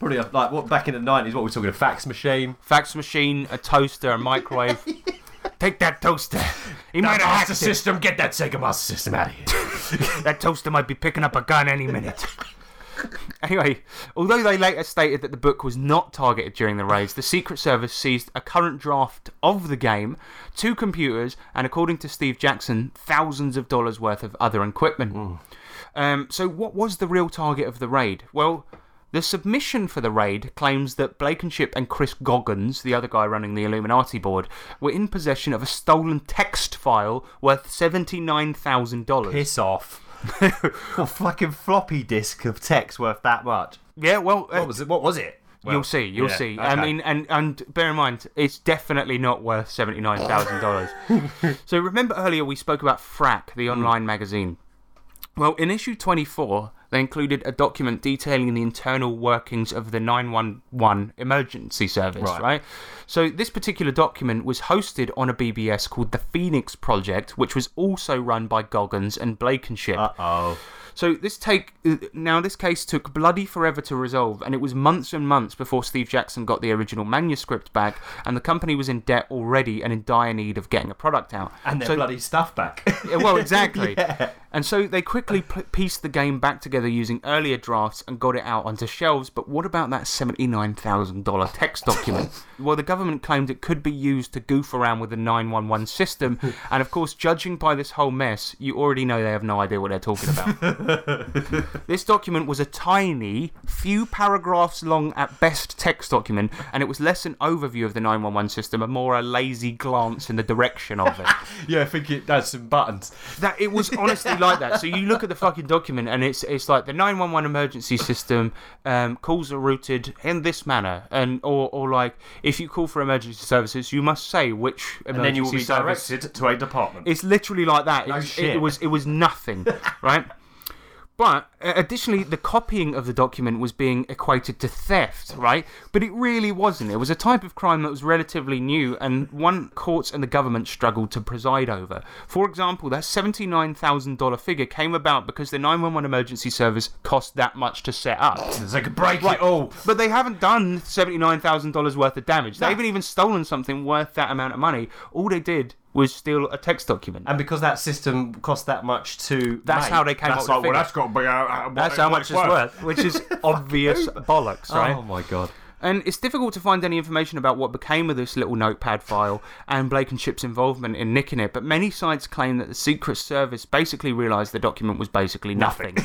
Probably like what back in the nineties. What we're talking a fax machine.
fax machine, a toaster, a microwave. Take that toaster. He might have hacked
Master
it.
system, get that Sega Master System out of
*laughs*
here.
That toaster might be picking up a gun any minute. Anyway, although they later stated that the book was not targeted during the raids, the Secret Service seized a current draft of the game, two computers, and according to Steve Jackson, thousands of dollars worth of other equipment. Um, so, what was the real target of the raid? Well, the submission for the raid claims that Blakenship and Chris Goggins, the other guy running the Illuminati board, were in possession of a stolen text file worth $79,000.
Piss off. what fucking floppy disk of text worth that much?
Yeah, well, uh,
What was it? What was it? Well,
you'll see, you'll
yeah,
see.
okay.
I mean, and and bear in mind, it's definitely not worth seventy nine thousand
*laughs*
dollars. so remember earlier we spoke about Frack,
Hmm.
the online magazine. Well, in issue twenty four, they included a document detailing the internal workings of the nine one one emergency service.
Right.
Right. So this particular document was hosted on a BBS called the Phoenix Project, which was also run by Goggins and Blankenship.
oh,
So this take uh, now this case took bloody forever to resolve, and it was months and months before Steve Jackson got the original manuscript back, and the company was in debt already and in dire need of getting a product out.
and their
so,
bloody
*laughs*
stuff back. *laughs*
Yeah, well, exactly. And so they quickly p- pieced the game back together using earlier drafts and got it out onto shelves. But what about that seventy-nine thousand dollar text document? well, the government claimed it could be used to goof around with the nine one one system, and of course, judging by this whole mess, you already know they have no idea what they're talking about. This document was a tiny, few paragraphs long at best text document, and it was less an overview of the 911 system and more a lazy glance in the direction of it.
yeah, I think it has some buttons.
That it was honestly like that. So you look at the fucking document, and it's it's like the 911 emergency system um, calls are routed in this manner, and or or like if you call for emergency services, you must say which emergency
And then you will be
service.
directed to a department.
It's literally like that. It, was,
shit.
it was it was nothing, *laughs* right? But uh, additionally, the copying of the document was being equated to theft, right? But it really wasn't. It was a type of crime that was relatively new and one courts and the government struggled to preside over. For example, that $79,000 figure came about because the 911 emergency service cost that much to set up.
It's like break it all.
But they haven't done seventy-nine thousand dollars worth of damage. They haven't even stolen something worth that amount of money. All they did was steal a text document.
And because that system cost that much to.
That's
make,
how they came
that's
up with the
like,
figure.
Well, that's got to be. how- how-
That's
what
how
it-
much it's
what
worth, which *laughs*
*laughs*
is obvious bollocks, right?
Oh my god.
And it's difficult to find any information about what became of this little notepad file and Blankenship's involvement in nicking it, but many sites claim that the Secret Service basically realised the document was basically nothing.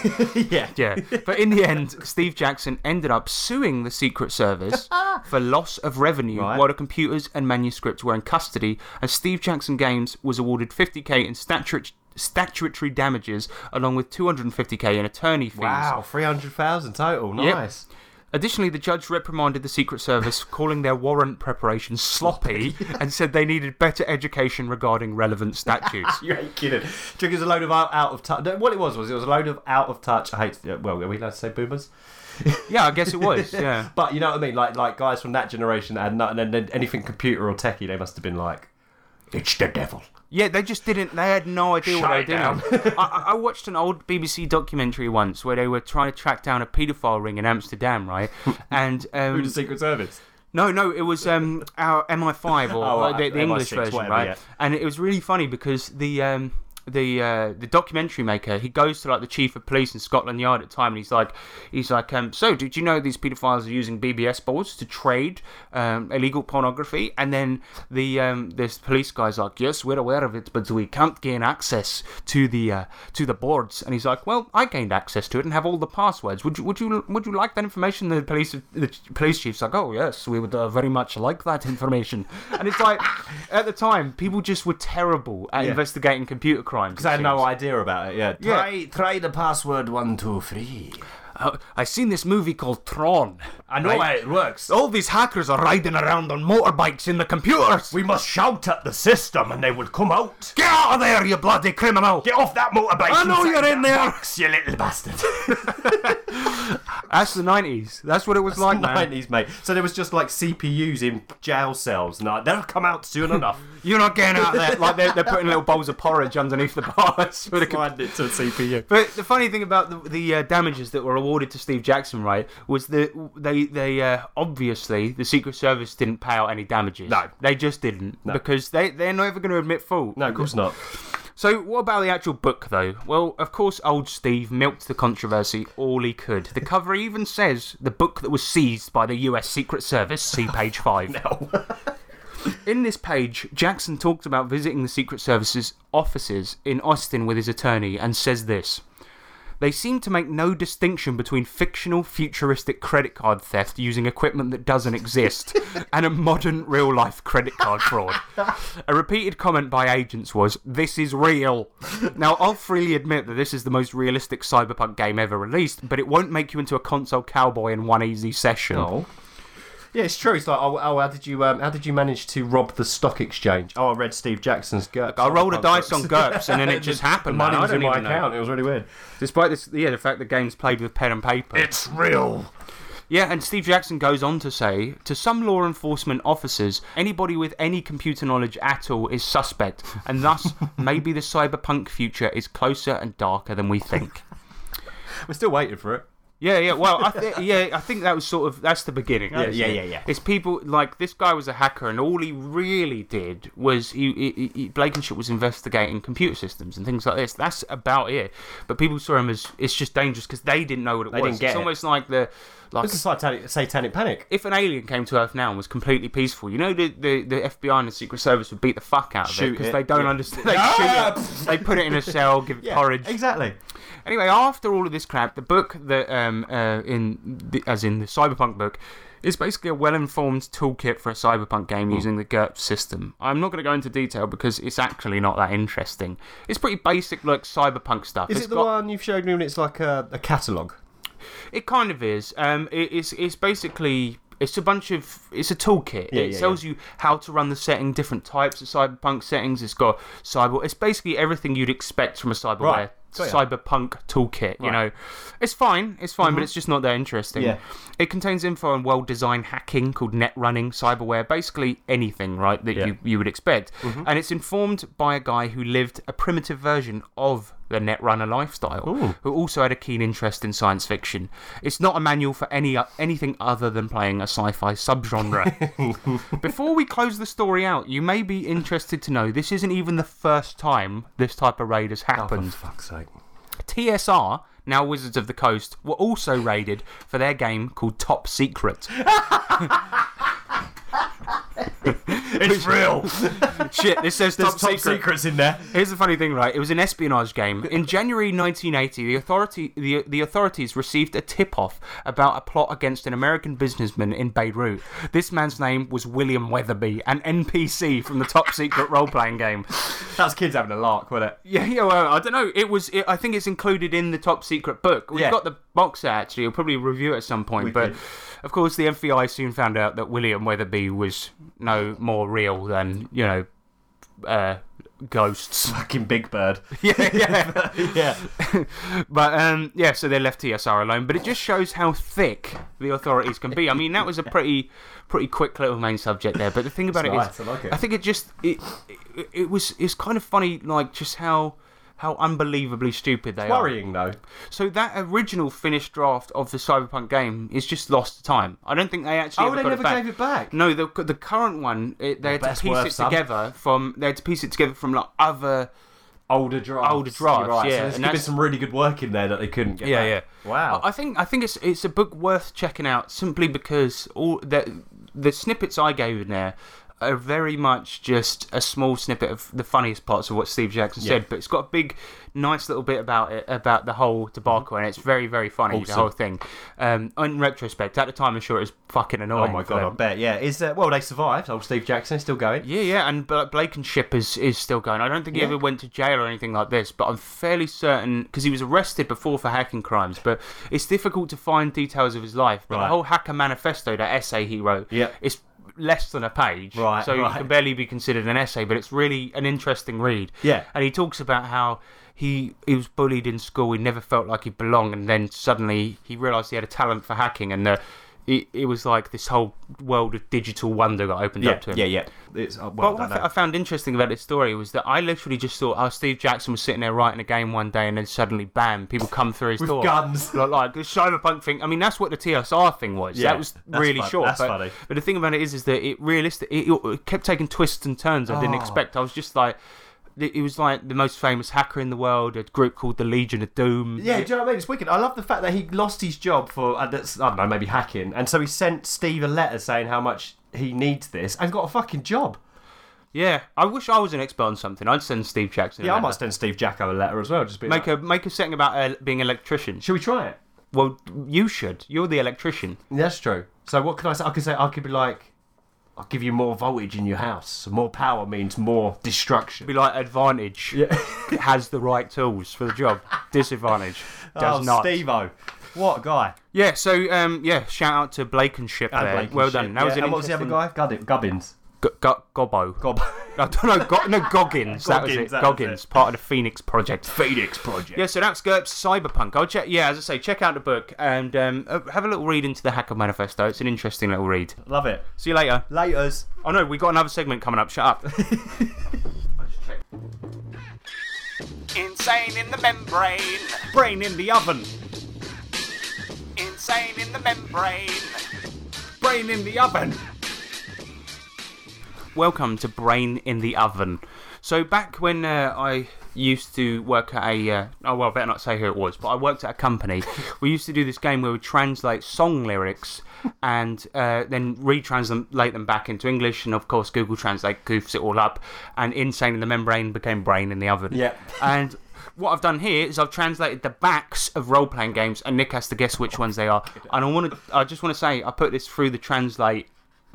yeah.
yeah. But in the end, Steve Jackson ended up suing the Secret Service for loss of revenue
Right.
while the computers and manuscripts were in custody, and Steve Jackson Games was awarded 50k in statutory. Statutory damages, along with 250k in attorney fees.
Wow, 300,000 total.
Yep.
Nice. *laughs*
Additionally, the judge reprimanded the Secret Service, calling their warrant preparation sloppy, *laughs* and said they needed better education regarding relevant
*laughs*
statutes.
You ain't kidding. Triggers a load of out, out of touch. What it was was it was a load of out of touch. I hate. To, well, are we allowed to say boomers?
yeah, I guess it was. Yeah.
But you know what I mean. Like like guys from that generation that had nothing. And then anything computer or techie, they must have been like, it's
*laughs*
the devil.
Yeah, they just didn't. They had no idea
Shut
what they
it
were doing. I, I I watched an old BBC documentary once where they were trying to track down a paedophile ring in Amsterdam,
*laughs*
right? And
Who
um,
the Secret Service?
no, no, it was um, our MI5 or
*laughs* Oh,
uh,
right,
the, the
MI6,
English version,
whatever,
right?
yeah.
And it was really funny because the um, the uh, the documentary maker he goes to like the chief of police in Scotland Yard at the time, and he's like, he's like, um, so did you know these paedophiles are using BBS boards to trade um, illegal pornography? And then the um, this police guy's like, yes, we're aware of it, but we can't gain access to the uh, to the boards. And he's like, well, I gained access to it and have all the passwords. Would you would you would you like that information? The police the ch- police chief's like, oh yes, we would uh, very much like that information. *laughs* And it's like, at the time, people just were terrible at
Yeah.
investigating computer crimes.
Because I had no idea about it. Yeah.
Yeah.
Try try the password one two three.
Uh, I seen this movie called Tron.
I know how it works.
All these hackers are riding around on motorbikes in the computers.
We must shout at the system, and they will come out.
Get out of there, you bloody criminal!
Get off that motorbike!
I know you're in there.
you little *laughs* bastard.
That's the 90s. That's what it was like, man.
nineties, mate. So there was just like CPUs in jail cells. and, like, they'll come out soon *laughs* enough.
You're not getting out of there. Like they're, they're putting little bowls of porridge underneath the bars. For the com-
Find it to a CPU.
but the funny thing about the, the uh, damages that were awarded to Steve Jackson, right, was that they they uh, obviously the Secret Service didn't pay out any damages.
No.
they just didn't because they they're never going to admit fault.
No, of course not.
So, what about the actual book, though? Well, of course, old Steve milked the controversy all he could. The cover even says the book that was seized by the US Secret Service, see page 5.
*laughs*
in this page, Jackson talked about visiting the Secret Service's offices in Austin with his attorney and says this. They seem to make no distinction between fictional, futuristic credit card theft using equipment that doesn't *laughs* exist and a modern, real life credit card fraud. A repeated comment by agents was, This is real. Now, I'll freely admit that this is the most realistic cyberpunk game ever released, but it won't make you into a console cowboy in one easy session.
No. Yeah, it's true. It's like, oh, oh how did you, um, how did you manage to rob the stock exchange? Oh, I read Steve Jackson's GURPS.
I rolled a dice
*laughs*
on GURPS and then it just happened.
Money
man. I
was in
don't
my
even know.
account. It was really weird.
Despite this, yeah, the fact that games played with pen and paper.
It's real.
Yeah, and Steve Jackson goes on to say to some law enforcement officers, anybody with any computer knowledge at all is suspect, and
*laughs*
thus maybe the cyberpunk future is closer and darker than we think.
We're still waiting for it.
Yeah, yeah. Well, I th- yeah, I think that was sort of that's the beginning. Yeah,
yeah, yeah, yeah.
It's people like this guy was a hacker, and all he really did was he, he, he Blankenship was investigating computer systems and things like this. That's about it. But people saw him as it's just dangerous because they didn't know what it
They
was.
didn't get
it's
it.
almost like the Like,
It's a satanic, satanic panic.
if an alien came to Earth now and was completely peaceful, you know the the, the FBI and the Secret Service would beat the fuck out of it
Shoot
because
it.
they don't
Yeah.
understand. They,
Ah!
shoot it. they put it in a cell,
*laughs*
give it porridge.
Exactly.
Anyway, after all of this crap, the book that um uh, in the, as in the cyberpunk book is basically a well-informed toolkit for a cyberpunk game
Hmm.
using the GURPS system. I'm not going to go into detail because it's actually not that interesting. It's pretty basic, like cyberpunk stuff.
Is
It's
it the
got-
one you've showed me when it's like a, a catalogue?
It kind of is. Um, it, it's it's basically it's a bunch of it's a toolkit.
Yeah,
it
yeah,
tells you how to run the setting, different types of cyberpunk settings. It's got cyber. It's basically everything you'd expect from a cyberware.
Right. Got ya.
Cyberpunk toolkit, you know, it's fine, it's fine, but it's just not that interesting.
Mm-hmm. Yeah.
It contains info on well-designed hacking called net running, cyberware, basically anything, right, that
Yeah. Mm-hmm.
you, you would expect, and it's informed by a guy who lived a primitive version of the netrunner lifestyle, who also had a keen interest in science fiction. It's not a manual for any uh, anything other than playing a sci-fi subgenre.
*laughs*
Before we close the story out, you may be interested to know this isn't even the first time this type of raid has
Oh,
happened.
fuck's sake.
TSR, now Wizards of the Coast, were also raided for their game called Top Secret.
*laughs* It's real.
Shit, this says
*laughs* There's
Top,
top,
Secret.
secrets in there.
Here's the funny thing, right? It was an espionage game. In January 1980, the authority the, the authorities received a tip-off about a plot against an American businessman in Beirut. This man's name was William Weatherby, an NPC from the Top Secret role-playing game.
That's kids having a lark, wasn't it?
Yeah, yeah. Well, I don't know. It was. It, I think it's included in the top secret book. We've
Yeah.
got the box set actually. We'll probably review it at some point. but
could.
of course, the FBI soon found out that William Weatherby was no more real than you know uh, ghosts.
Fucking Big Bird.
*laughs* yeah, yeah.
*laughs* yeah.
But um, yeah, so they left TSR alone. But it just shows how thick the authorities can be. I mean, that was a pretty, pretty quick little main subject there. But the thing about it is,
nice, I like it.
think it just it, it, it was it's kind of funny, like just how how unbelievably stupid they are.
Worrying though.
So that original finished draft of the Cyberpunk game is just lost to time. I don't think they actually.
Oh,
ever
they
got
never
it back.
gave it back?
No, the the current one it, they had
Best
to piece
worth
it
some.
together from they had to piece it together from like other.
Older drafts.
Older drafts,
You're right.
yeah,
So there's
and
could be
that's-
some really good work in there that they couldn't get.
Yeah,
back.
yeah.
Wow.
I I think I think it's it's a book worth checking out simply because all the the snippets I gave in there are very much just a small snippet of the funniest parts of what Steve Jackson said, but it's got a big, nice little bit about it about the whole debacle, and it's very very funny the
Mm-hmm. Awesome.
whole thing. Um, in retrospect, at the time, I'm sure it was fucking
oh
annoying.
my
for
god, I
them.
bet. Yeah. Is uh, well, they survived. Old Steve Jackson is still going.
Yeah, yeah, and Bla- Blankenship is is still going. I don't think he
Yeah.
ever went to jail or anything like this, but I'm fairly certain because he was arrested before for hacking crimes. But it's difficult to find details of his life. But the
Right.
whole hacker manifesto, that essay he wrote,
Yeah.
it's less than a page,
Right,
So
right.
it can barely be considered an essay, but it's really an interesting read.
Yeah.
and he talks about how. He, he was bullied in school. He never felt like he belonged, and then suddenly he realised he had a talent for hacking, and uh, it, it was like this whole world of digital wonder got opened
Yeah.
up to him.
Yeah. Yeah. It's uh, well,
But
I
what I,
don't
th- I
know.
found interesting about this story was that I literally just thought, oh, Steve Jackson was sitting there writing a game one day, and then suddenly, bam, people come through his
With
door *laughs*
guns.
Like, like the cyberpunk thing. I mean, that's what the TSR thing was.
Yeah,
that was
that's
really
fun-
short.
that's
but,
funny.
but the thing about it is, is that it realistic. It, it kept taking twists and turns I didn't
Oh.
expect. I was just like. It was like the most famous hacker in the world, a group called the Legion of Doom.
Yeah, do you know what I mean? It's wicked. I love the fact that he lost his job for, uh, that's, I don't know, maybe hacking. And so he sent Steve a letter saying how much he needs this and got a fucking job.
yeah. I wish I was an expert on something. I'd send Steve Jackson. a
Yeah, I
letter.
might send Steve Jacko a letter as well. Just be
make
like,
a make a setting about uh, being an electrician.
Should we try it?
Well, you should. You're the electrician.
That's true. So what can I say? I could say I could be like, I'll give you more voltage in your house. More power means more destruction.
be like advantage *laughs* has the right tools for the job.
*laughs*
Disadvantage does
oh,
not.
Steve-O. What a guy?
Yeah, so um, yeah, shout out to Blankenship there.
Ah, Blake and
well
shit.
done. That
Yeah,
was an
and what was the other
interesting-
guy? Gubbins. Gubbins.
G- G- Gobbo.
Gob.
*laughs*
*laughs*
I don't know. Go- no, Goggins. that was
Goggins,
it.
that was
Goggins,
it.
part of the Phoenix Project.
Phoenix Project.
Yeah, so that's GURPS Cyberpunk. I'll check. Yeah, as I say, check out the book and um, uh, have a little read into the Hacker Manifesto. It's an interesting little read.
Love it.
See you later.
Laters.
Oh no, we got another segment coming up. Shut up.
Insane in the membrane.
Brain in the oven.
Insane in the membrane.
Brain in the oven. welcome to Brain in the Oven. So back when uh, I used to work at a, uh, oh well, I better not say who it was, but I worked at a company. we used to do this game where we translate song lyrics and uh, then retranslate them back into English, and of course Google Translate goofs it all up, and Insane in the Membrane became Brain in the Oven.
Yeah.
and what I've done here is I've translated the backs of role playing games, and Nick has to guess which ones they are. And I want to, I just want to say, I put this through the translate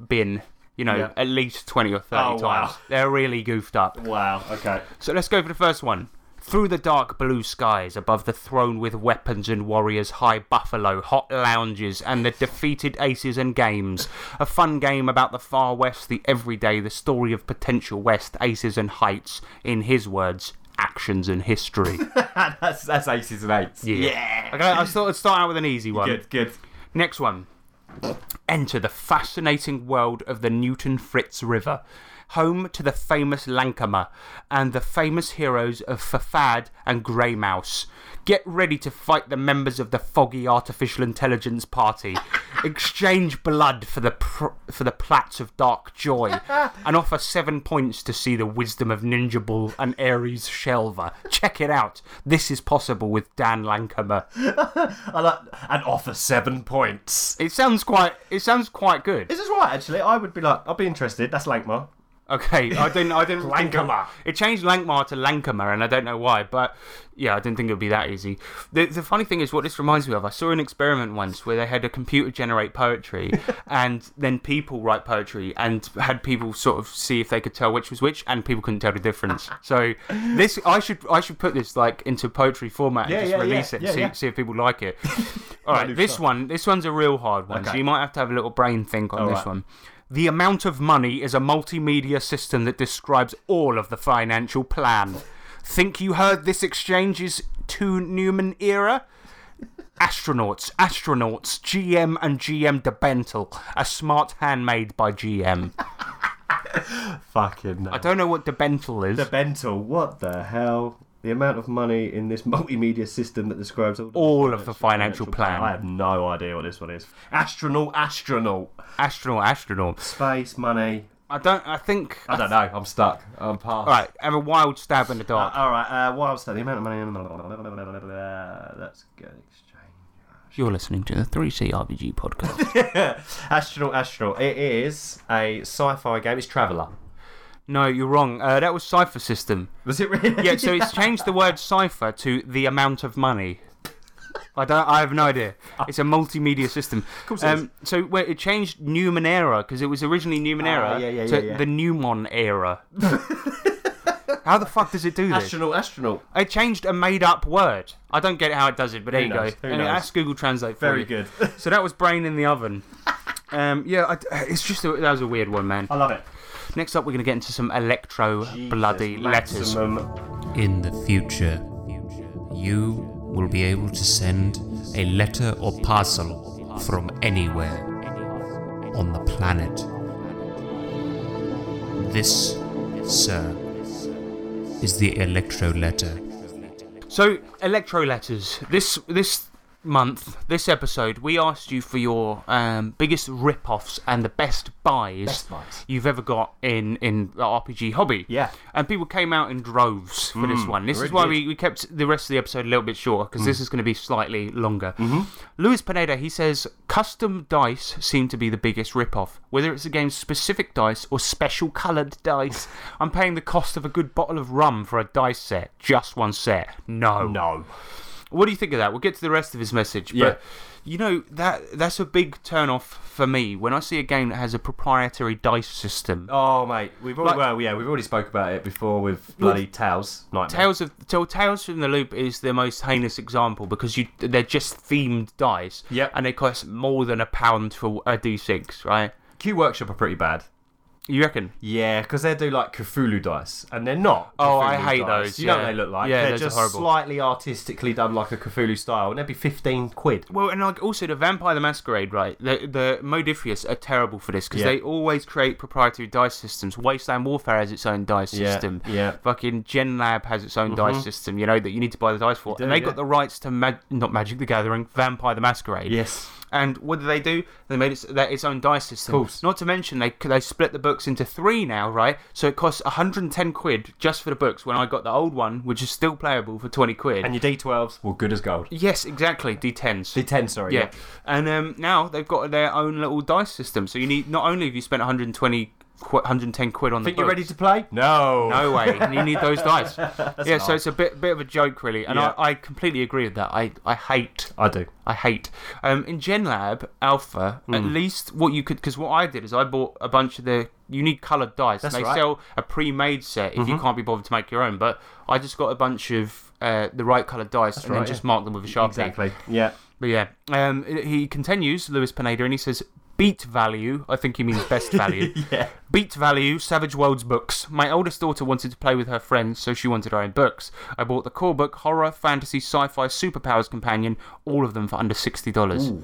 bin. You know,
Yeah.
at least twenty or thirty
Oh,
times.
wow.
They're really goofed up.
Wow. Okay.
So let's go for the first one. Through the dark blue skies, above the throne with weapons and warriors, high buffalo, hot lounges, and the defeated aces and games. A fun game about the far west, the everyday, the story of potential west, aces and heights. In his words, actions and
*laughs*
history.
*laughs* That's that's aces and eights.
Yeah. Okay, I thought I'd start out with an easy one.
Good. Good.
Next one. Enter the fascinating world of the Newton Fritz River, home to the famous Lankamer and the famous heroes of Fafad and Grey Mouse. Get ready to fight the members of the Foggy Artificial Intelligence Party. Exchange blood for the pr- for the plats of dark joy, and offer seven points to see the wisdom of Ninja Bull and Ares Shelver. Check it out. This is possible with Dan Lankamer.
I like and offer seven points.
It sounds quite. It sounds quite good.
This is right, actually. I would be like, I'd be interested. That's Lankmar.
Okay, I didn't. I didn't. think-
Lankamer.
It changed Lankmar to Lankamer, and I don't know why. But yeah, I didn't think it would be that easy. The, the funny thing is, what this reminds me of, I saw an experiment once where they had a computer generate
*laughs*
poetry, and then people write poetry, and had people sort of see if they could tell which was which, and people couldn't tell the
*laughs*
difference. So this, I should, I should put this like into poetry format and
Yeah,
just
yeah,
release it,
yeah,
and
yeah,
see,
yeah.
see if people like
*laughs*
it. All right, this one, this one's a real hard one. So
Okay.
you might have to have a little brain think on this
right.
one. The amount of money is a multimedia system that describes all of the financial plan. Think you heard this exchange is to Newman era? Astronauts, astronauts, GM and GM Debental, a smart handmade by GM.
Fucking.
I don't know what Debental is.
The Bental. What the hell? The amount of money in this *laughs* multimedia system that describes all,
all of the financial plan.
I have no idea what this one is. Astronaut, astronaut,
Astronaut, astronaut.
space, money.
I don't. I think.
I don't know. I'm stuck. I'm past.
All right, have a wild stab in the dark.
All right. Uh, while I'm stuck, the amount of money. *laughs* In... That's good exchange.
You're listening to the 3C RBG podcast. *laughs*
Astronaut, astronaut. It is a sci-fi game. It's Traveller.
no, you're wrong. Uh, that was Cipher System.
Was it really?
Yeah, so it's changed the word cipher to the amount of money. I don't. I have no idea. It's a multimedia system.
course it
Um, so where it changed Numenera because it was originally Numenera
Ah, yeah, yeah,
to
yeah, yeah.
the Numon
*laughs*
era. how the fuck does it do this?
*laughs* astronaut, astronaut.
it changed a made-up word. I don't get how it does it, but there you
knows?
go.
Who
And
knows?
Ask Google Translate. For
Very
you.
good.
So that was brain in the oven. Um, yeah, I, it's just a, that was a weird one, man.
*laughs* I love it.
Next up, we're going to get into some electro bloody
Jesus,
letters.
maximum.
In the future, you will be able to send a letter or parcel from anywhere on the planet. This, sir, is the electro letter.
So, electro letters. This this month, this episode, we asked you for your um, biggest rip-offs and the best buys,
Best buys.
you've ever got in in the RPG hobby.
Yeah. Mm.
and people came out in droves for this one. This is why
really
we, we kept the rest of the episode a little bit shorter because this is going to be slightly longer. Luis Pineda he says custom dice seem to be the biggest rip-off. Whether it's the game's specific dice or special coloured dice, I'm paying the cost of a good bottle of rum for a dice set, just one set. No,
No.
what do you think of that? We'll get to the rest of his message,
Yeah.
but you know that that's a big turn off for me when I see a game that has a proprietary dice system.
Oh mate, we've already
Like-
well yeah we've already spoke about it before with bloody Tails Nightmare.
Tales of so Tales from the Loop is the most heinous example because you they're just themed dice,
Yep.
and they cost more than a pound for a d6, right?
Q Workshop are pretty bad.
You reckon?
Yeah, because they do like Cthulhu dice, and they're not.
Oh, I
Cthulhu
hate
dice.
those,
You know
yeah.
what they look like?
Yeah,
they're
those are
just
horrible.
slightly artistically done like a Cthulhu style, and they'd be fifteen quid.
Well, and like also the Vampire the Masquerade, right? The the Modifius are terrible for this because
Yeah.
they always create proprietary dice systems. Wasteland Warfare has its own dice
Yeah,
system.
yeah. Mm-hmm.
Fucking Gen Lab has its own dice system. You know that you need to buy the dice for,
do,
and they
yeah.
got the rights to mag- not Magic the Gathering, Vampire the Masquerade.
Yes.
And what did they do? They made it that its own dice system.
Course.
Not to mention they they split the books into three now, right? So it costs 110 quid just for the books. When I got the old one, which is still playable for 20 quid.
And your D12s were good as gold.
yes, exactly. D10s.
D10, sorry.
Yeah, and um, now they've got their own little dice system. So you need not only have you spent 120, qu- 110 quid on
Think
the
you're
books,
ready to play? No.
No way, you need
*laughs*
those dice. yeah, so it's a bit bit of a joke really, and
Yeah.
I, I completely agree with that. I I hate.
I do.
I hate. Um, in GenLab Alpha, at
Hmm.
least what you could, because what I did is I bought a bunch of the. You need coloured dice.
That's
they
right. Mm-hmm.
sell a pre-made set if you can't be bothered to make your own. But I just got a bunch of uh, the right coloured dice and
right,
then just
yeah.
marked them with a sharpie.
Exactly. Yeah.
But yeah, um, he continues, Lewis Pineda, and he says, Beat value. I think he means best value.
Yeah.
Beat value, Savage Worlds books. My oldest daughter wanted to play with her friends, so she wanted her own books. I bought the core book, horror, fantasy, sci fi, superpowers companion, all of them for under $60.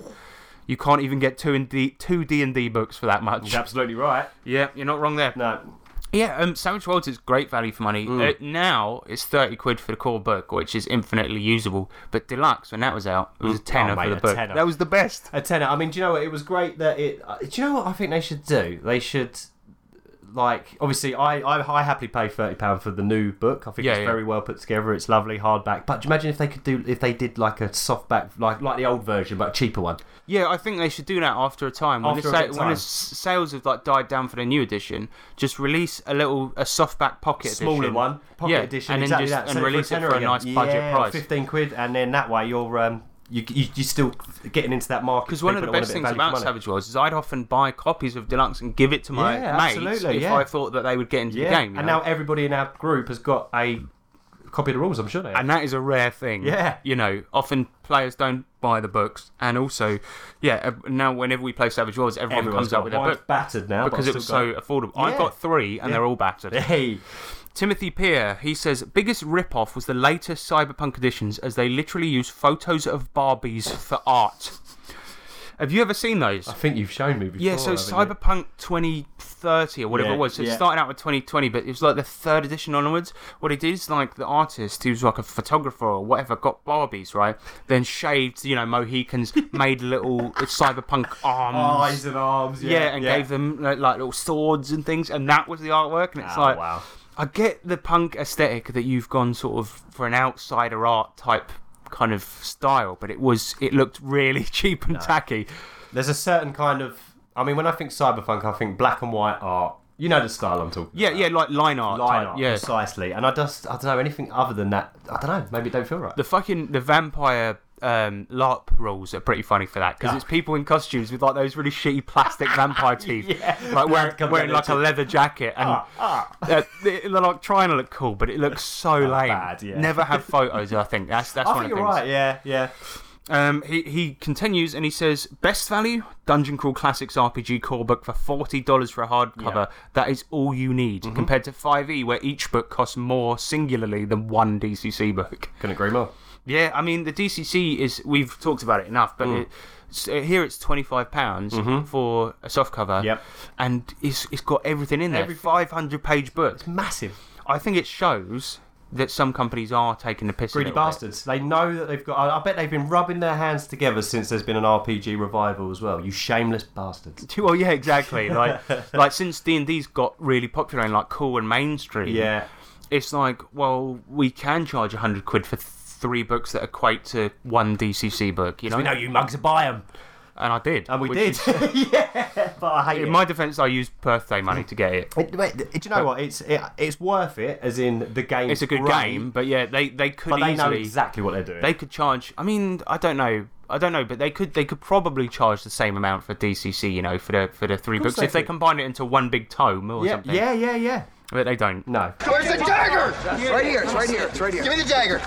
You can't even get two and D two D and D books for that much.
You're absolutely right.
Yeah, you're not wrong there.
No.
Yeah, um, Savage Worlds is great value for money.
Mm.
Uh, now it's thirty quid for the core book, which is infinitely usable. But deluxe, when that was out, it was a tenner
Mm. Oh, mate,
for the
a
book.
tenner.
That was the best.
A tenner. I mean, do you know what? It was great that it. uh, Do you know what I think they should do? They should. Like obviously, I, I I happily pay thirty pound for the new book. I think
Yeah,
it's
yeah.
very well put together. It's lovely hardback. But do you imagine if they could do if they did like a softback like like the old version but a cheaper one?
Yeah, I think they should do that after a time. When,
After
the,
a
sa-
bit of
when the
time.
s- sales have like died down for the new edition, just release a little a softback pocket
smaller
edition.
one, pocket
yeah,
edition,
and then
exactly
just
that.
and
Sell
release it
tenner
for a
again.
nice budget
Yeah,
price.
fifteen quid, and then that way you're um you you you're still getting into that market
Because one of the
people that want
best
a
things
bit value for
about
money.
Savage Worlds is I'd often buy copies of deluxe and give it to my
Yeah,
mates
absolutely,
if
yeah.
I thought that they would get into
yeah,
the game. you
and
know?
now everybody in our group has got a copy of the rules. I'm sure they. Have.
and that is a rare thing.
Yeah.
you know, often players don't buy the books, and also, yeah, uh, now whenever we play Savage Worlds, everyone
Everyone's
comes up with their
mine's
book
battered now
because it
but I've
was
still
so affordable. I
Yeah.
got three, and they're all battered.
got- Hey,
Timothy Peer, he says, biggest rip-off was the later cyberpunk editions as they literally use photos of Barbies for art. Have you ever seen those?
I think you've shown me before.
Yeah, so
haven't
Cyberpunk 2030 or whatever
Yeah,
it was. So it
yeah.
started out with 2020, but it was like the third edition onwards. What he did is like the artist, who was like a photographer or whatever, got Barbies, right? Then shaved, you know, Mohicans, *laughs* made little cyberpunk
you?
arms.
eyes and arms. Yeah,
yeah, and gave them like, like little swords and things, and that was the artwork. And it's
Oh,
like,
wow.
I get the punk aesthetic that you've gone sort of for an outsider art type kind of style, but it was it looked really *laughs* cheap and tacky.
There's a certain kind of. I mean, when I think cyberpunk, I think black and white art. You know the style I'm talking.
Yeah,
about.
yeah, like line art.
Line
type,
art,
yeah.
precisely. And I just, I don't know anything other than that. I don't know. Maybe it don't feel right.
The fucking the vampire um, LARP rules are pretty funny for that because it's people in costumes with like those really shitty plastic
*laughs*
vampire teeth,
Yeah. Ah.
like wearing,
Blood comes
wearing
out
like a
of
leather jacket, and *laughs* uh, they- they're like trying to look cool, but it looks so lame.
bad, yeah.
Never have photos. I think that's that's
I
one
think
of
you're
the things.
right. Yeah, yeah.
Um, he, he continues and he says, Best value? Dungeon Crawl Classics RPG core book for $40 for a hardcover. That is all you need,
Mm-hmm.
compared to 5e, where each book costs more singularly than one DCC book.
Couldn't agree more.
Yeah, I mean, the DCC is, we've talked about it enough,
Mm.
but it, s- uh, here it's £25 pounds for a softcover.
Mm-hmm. Yep.
And it's, it's got everything in there.
Everything.
500 page book.
Massive.
I think it shows that some companies are taking the piss. a
Greedy
little bit.
bastards. They know that they've got. I, I bet they've been rubbing their hands together since there's been an RPG revival as well. You shameless bastards.
*laughs* Well, yeah, exactly.
*laughs*
Like, like since D and D's got really popular and like cool and mainstream,
Yeah.
it's like, well, we can charge hundred quid for th- three books that equate to one DCC book, you know.
We know you mugs are buy them.
and I did,
And we
which
did.
is- *laughs*
yeah. But I hate it.
in my defence, I used birthday money to get it.
It- wait, do you know what? It's it, it's worth it, as in the game.
It's a good game, but yeah, they they could
but they know
easily
exactly what they're doing.
they could charge. I mean, I don't know. I don't know, but they could they could probably charge the same amount for DCC, you know, for the for the three
course
books
they
if they
could.
combine it into one big tome or
yeah,
something.
yeah, yeah, yeah.
but they don't.
No,
Where's the dagger? Right here, it's right here, it's right here. Give me the dagger.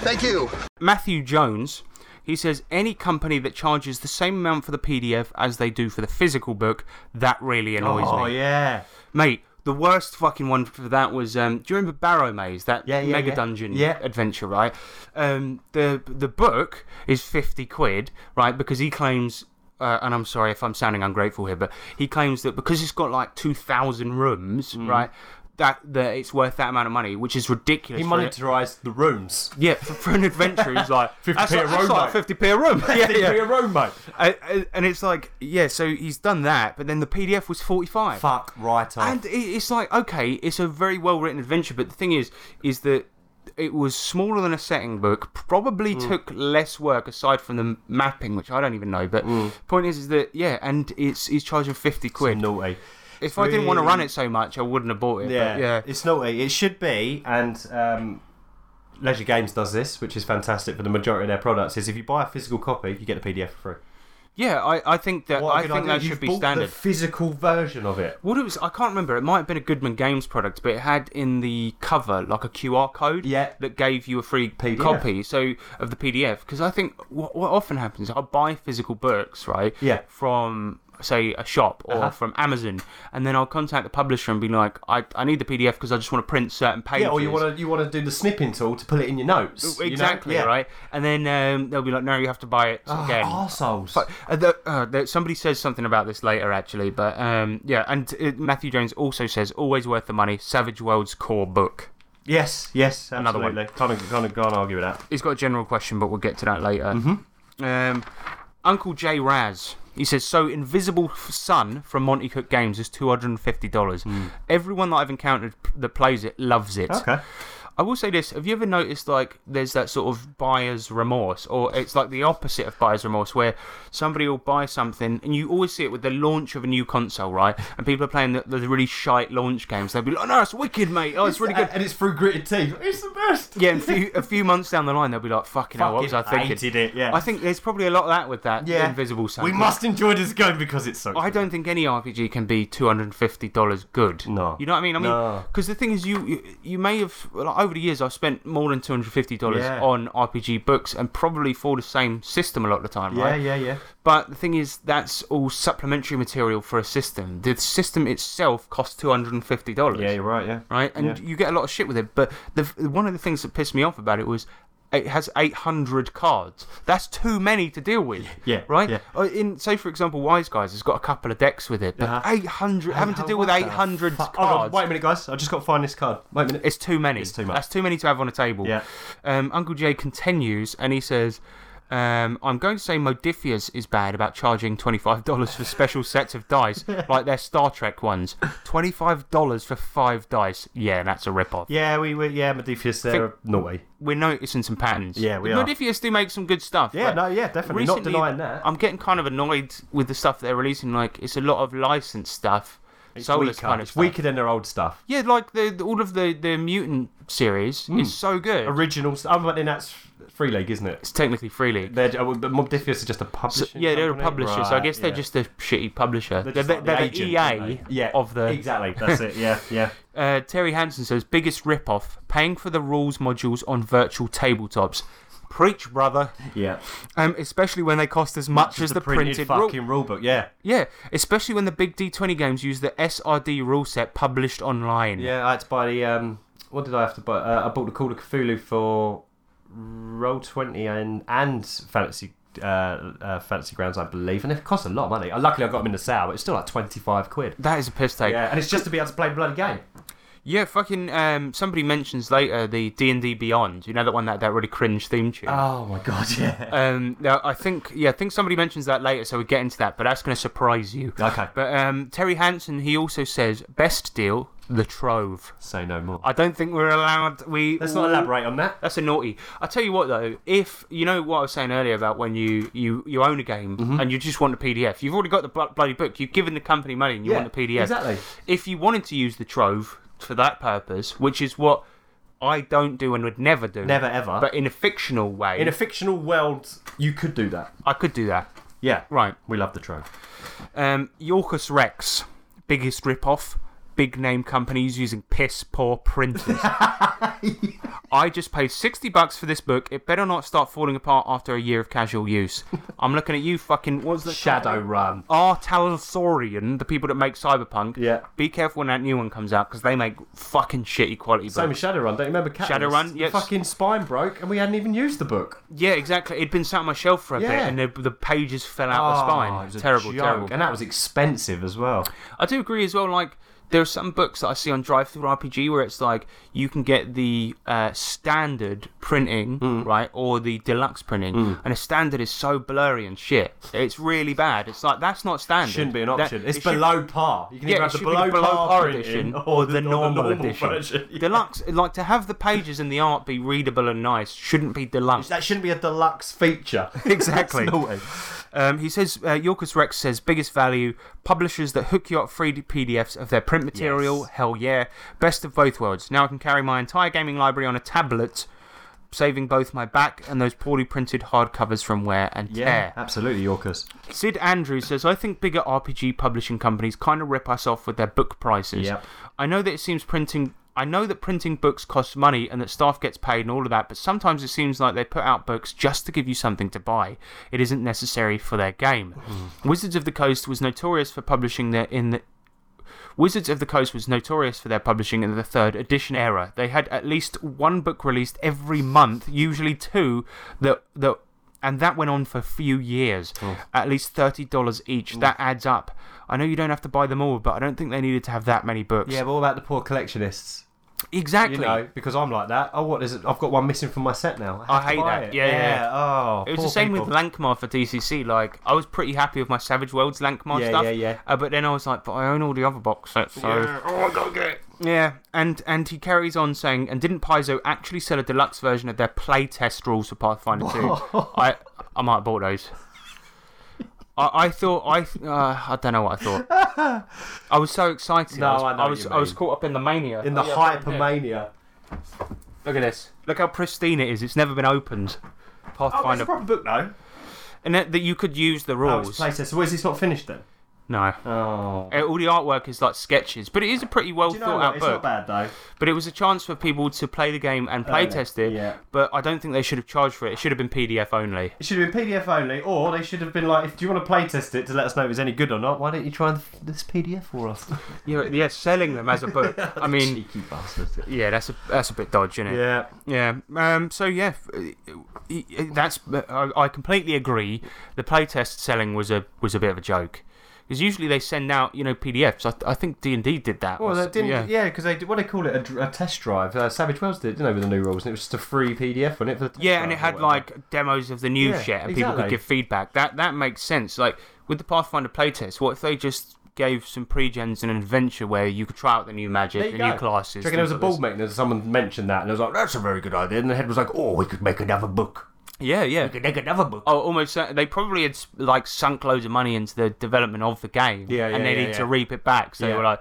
Thank you.
Matthew Jones. He says any company that charges the same amount for the PDF as they do for the physical book, that really annoys
oh
me.
yeah,
Mate, the worst fucking one for that was um, do you remember Barrow Maze, that
Yeah, yeah,
mega
yeah.
dungeon
Yeah.
adventure, right? Um, the the book is fifty quid, right? Because he claims. Uh, and I'm
Mm.
sorry if I'm sounding ungrateful here, but he claims that because it's got like 2,000 rooms, right, that that it's worth that amount of money, which is ridiculous.
He
for it.
monetized the rooms.
Yeah, for, for an adventure, he's
*laughs*
like
50p
that's
a
like- that's
room,
like
mate.
50p a
*laughs*
room. *laughs* Yeah,
It'd be a
yeah.
room, mate.
And- and- And it's like, yeah, so he's done that, but then the PDF was 45.
Fuck right off.
And it- it's like, okay, it's a very well written adventure, but the thing is, is that it was smaller than a setting book, probably
Mm.
took less work aside from the mapping, which I don't even know. But
Mm.
point is, is that, yeah, and it's he's charging 50 quid.
naughty.
if I didn't want to
Really-
run it so much, I wouldn't have bought it.
Yeah,
But yeah.
It's naughty. It should be, and um, Leisure Games does this, which is fantastic for the majority of their products. Is if you buy a physical copy, you get the PDF for free.
Yeah, I, I think that
What a
I
good
think
idea.
that
You've
should be
bought
standard.
The physical version of it.
What it was, I can't remember. It might have been a Goodman Games product, but it had in the cover like a QR code
Yeah.
that gave you a free
PDF.
copy. So of the PDF, because I think what, what often happens, I buy physical books right,
Yeah. Uh-huh.
from say a shop or from Amazon, and then I'll contact the publisher and be like, I, I need the PDF because I just want to print certain pages. E,
Yeah, or you want to you want to do the snipping tool to pull it in your notes. you know?
exactly
Yeah.
right, and then um, they'll be like, no, you have to buy it
Oh,
again.
arseholes.
But, uh, the, uh, the, somebody says something about this later, actually. But um, yeah, and uh, Matthew Jones also says, "Always worth the money." Savage World's core book.
Yes, yes,
Another one.
absolutely. Can't, can't, can't argue with that.
He's got a general question, but we'll get to that later. Um, Uncle J Raz. He says, so Invisible F- Sun from Monty Cook Games is $250. Everyone that I've encountered p- that plays it loves it.
Okay.
I will say this: Have you ever noticed like there's that sort of buyer's remorse, or it's like the opposite of buyer's remorse, where somebody will buy something, and you always see it with the launch of a new console, right? And people are playing the, the really shite launch games. They'll be like, "Oh no, it's wicked, mate! Oh, it's really good."
and it's uh, through gritted teeth. It's the best.
Yeah, and a few, a few months down the line, they'll be like, "Fucking hell, what was I
Fucking
thinking?"
hated it, yeah.
I think there's probably a lot of that with that
Yeah.
invisible sun.
We must enjoy this game because it's so.
I don't think any RPG can be two hundred and fifty dollars good.
No.
you know what I mean. I mean,
No.
because the thing is, you you- you may have like, over the years I've spent more than two hundred fifty dollars
Yeah.
on RPG books, and probably for the same system a lot of the time,
Yeah,
right?
yeah, yeah.
But the thing is, that's all supplementary material for a system. The system itself costs two hundred and fifty dollars
Yeah, you're right. Yeah.
right? And
Yeah.
you get a lot of shit with it. But the one of the things that pissed me off about it was it has 800 cards. That's too many to deal with.
Yeah,
Right?
yeah.
Uh, In say for example, Wise Guys has got a couple of decks with it, but 800 having to deal with
What the
800
fuck? Hold on,
cards.
wait a minute, guys. I just got to find this card. Wait a minute.
It's too many.
It's too much.
That's too many to have on a table.
Yeah.
Um, Uncle Jay continues and he says, um, I'm going to say Modifius is bad about charging $25 for special sets of
*laughs*
dice, like their Star Trek ones. $25 for five dice. Yeah, that's a rip off.
yeah, we, we yeah, Modifius there. Naughty.
we're noticing some patterns.
Yeah, we
The
are.
Modifius do make some good stuff. but
Yeah, no, yeah, definitely. Not
recently,
denying that.
I'm getting kind of annoyed with the stuff they're releasing. Like, it's a lot of licensed stuff.
It's
soulless
weaker.
kind of
It's
stuff.
weaker than their old stuff.
Yeah, like the, the- all of the the mutant series
Hmm.
is so good.
Original. st- Oh, but then that's Free League, isn't it?
it's technically freely.
They're, uh, but Modifius are just a publisher.
yeah, they're a publisher, so I guess they're just a shitty publisher. They're,
just
they're,
like
the
agent,
EA
aren't they? yeah,
of the.
exactly. That's it. Yeah, yeah.
Uh, Terry Hansen says biggest rip off paying for the rules modules on virtual tabletops. Preach, brother.
Yeah.
Um, especially when they cost as *laughs* much, as the printed, rule.
fucking rule book. Yeah.
Yeah, especially when the big D20 games use the SRD rule set published online.
Yeah, I had to buy the. Um, what did I have to buy? Uh, I bought the Call of Cthulhu for Roll Twenty and and Fantasy uh, uh, Fantasy Grounds, I believe, and it cost a lot of money. Uh, luckily, I got them in the sale, but it's still like twenty five quid.
That is a piss take.
Yeah,
Yeah,
and it's just to be able to play the bloody game.
fucking. Um, somebody mentions later the D and D Beyond. You know that one that that really cringe theme tune.
Oh
*laughs*
my god, yeah.
um, now, I think yeah, I think somebody mentions that later, so we get into that. But that's going to surprise you.
Okay.
But um, Terry Hansen, he also says best deal the Trove.
Say no more.
I don't think we're allowed. We
Let's not elaborate on that.
That's a naughty. I tell you what though, if you know what I was saying earlier about when you you, you own a game
Mm-hmm.
and you just want the PDF, you've already got the blo- bloody book. You've given the company money and you
Yeah,
want the PDF.
exactly.
If you wanted to use the trove for that purpose, which is what I don't do and would never do,
Never ever.
but in a fictional way,
in a fictional world, you could do that.
I could do that.
Yeah.
Right.
We love the trope.
Um, Yorkus Rex, biggest ripoff, big name companies using piss poor
*laughs*
printers. I just paid 60 bucks for this book. It better not start falling apart after a year of casual
*laughs*
use. I'm looking at you, fucking. What's the.
Shadow Run.
Artalasaurian, the people that make Cyberpunk.
Yeah.
Be careful when that new one comes out because they make fucking shitty quality
Same
books.
as Shadowrun. Don't you remember Catalyst?
Shadowrun,
The
yes.
Fucking spine broke, and we hadn't even used the book.
yeah, exactly. It'd been sat on my shelf for a
Yeah.
bit and the, the pages fell out the
Oh,
spine.
it was a
terrible,
joke.
terrible.
And that was expensive as well.
I do agree as well. Like There are some books that I see on Drive Through RPG where it's like you can get the uh, standard printing,
Hmm.
right, or the deluxe printing, and a standard is so blurry and shit. It's really bad. It's like that's not standard.
Shouldn't be an
That-
option. it's
it should-
below par. You can
yeah,
either
it
have the
should be
below,
the below
par,
par
printing
edition
or the, or
normal,
normal
edition.
version. *laughs*
*laughs*
Yeah.
Deluxe, like to have the pages and the art be readable and nice, shouldn't be deluxe.
That shouldn't be a deluxe feature.
*laughs* Exactly.
That's naughty.
Um, he says, uh, Yorkus Rex says, biggest value, publishers that hook you up free PDFs of their print material.
Yes.
Hell yeah. Best of both worlds. Now I can carry my entire gaming library on a tablet, saving both my back and those poorly printed hardcovers from wear and
Yeah,
tear.
absolutely, Yorkus.
Sid Andrews says, I think bigger RPG publishing companies kind of rip us off with their book prices.
Yep.
I know that it seems printing. I know that printing books costs money and that staff gets paid and all of that, but sometimes it seems like they put out books just to give you something to buy. It isn't necessary for their game. Wizards of the Coast was notorious for publishing their in the Wizards of the Coast was notorious for their publishing in the third edition era. They had at least one book released every month, usually two, that that and that went on for a few years.
Oh.
At least thirty dollars each. That adds up. I know you don't have to buy them all, but I don't think they needed to have that many books.
Yeah, but all about the poor collectionists.
exactly.
You know, because I'm like that. Oh, what is it? I've got one missing from my set now. I,
I
have to
hate
buy
that.
It.
Yeah, yeah, yeah.
Oh,
It was
poor
the same
people.
with Lankmar for DCC. Like, I was pretty happy with my Savage Worlds Lankmar
Yeah,
stuff.
yeah, yeah.
Uh, but then I was like, but I own all the other box sets, so.
Yeah. Oh, I gotta get it.
Yeah, and and he carries on saying, and didn't Paizo actually sell a deluxe version of their playtest rules for Pathfinder 2? I I might have bought those. I, I thought I th- uh, I don't know what I thought.
*laughs*
I was so excited.
No,
I was
I know
I
what
was,
you
I was
mean.
caught up in the mania.
In the
Oh, yeah,
hypermania.
Look at this. Look how pristine it is. It's never been opened.
Oh,
Pathfinder,
book now.
and that, that you could use the
Oh,
rules.
it's playtest. So is this not finished then?
no,
Oh.
Uh, all the artwork is like sketches, but it is a pretty well
Do you know
thought
what?
out
It's
book.
not bad though.
But it was a chance for people to play the game and
Earn it,
playtest it.
yeah.
But I don't think they should have charged for it. It should have been PDF only.
It should have been PDF only, or they should have been like, if do you want to playtest it to let us know if it's any good or not, why don't you try th- this PDF for us?
Yeah, yeah, selling them as a
*laughs*
book. I mean,
Cheeky bastards.
yeah, that's a that's a bit dodgy, isn't it?
*laughs* Yeah.
Yeah. Um. So yeah, f- uh, uh, that's I, I completely agree. The playtest selling was a was a bit of a joke. Because usually they send out, you know, PDFs. I, I think D and D did that.
Well,
or
they
s-
didn't. Yeah, because they did, what do they call it a, dr- a test drive. Uh, Savage Worlds did, didn't they, with the new rules, and it was just a free PDF on it for the. Test
Yeah, and
drive
it
or
had
whatever.
like demos of the new
Yeah,
shit, and people
exactly.
could give feedback. That that makes sense. Like with the Pathfinder playtest, what if they just gave some pre-gens an adventure where you could try out the new magic,
There
the
you
new
go.
classes?
Do you reckon there was
things
a
like
ball mechanism? Someone mentioned that, and I was like, "That's a very good idea." And the head was like, "Oh, we could make another book.
this. Yeah, yeah.
We could make another book."
Oh, almost. cer- They probably had like sunk loads of money into the development of the game,
Yeah, yeah,
and they
yeah,
need to
yeah.
reap it back. So they
Yeah.
were like,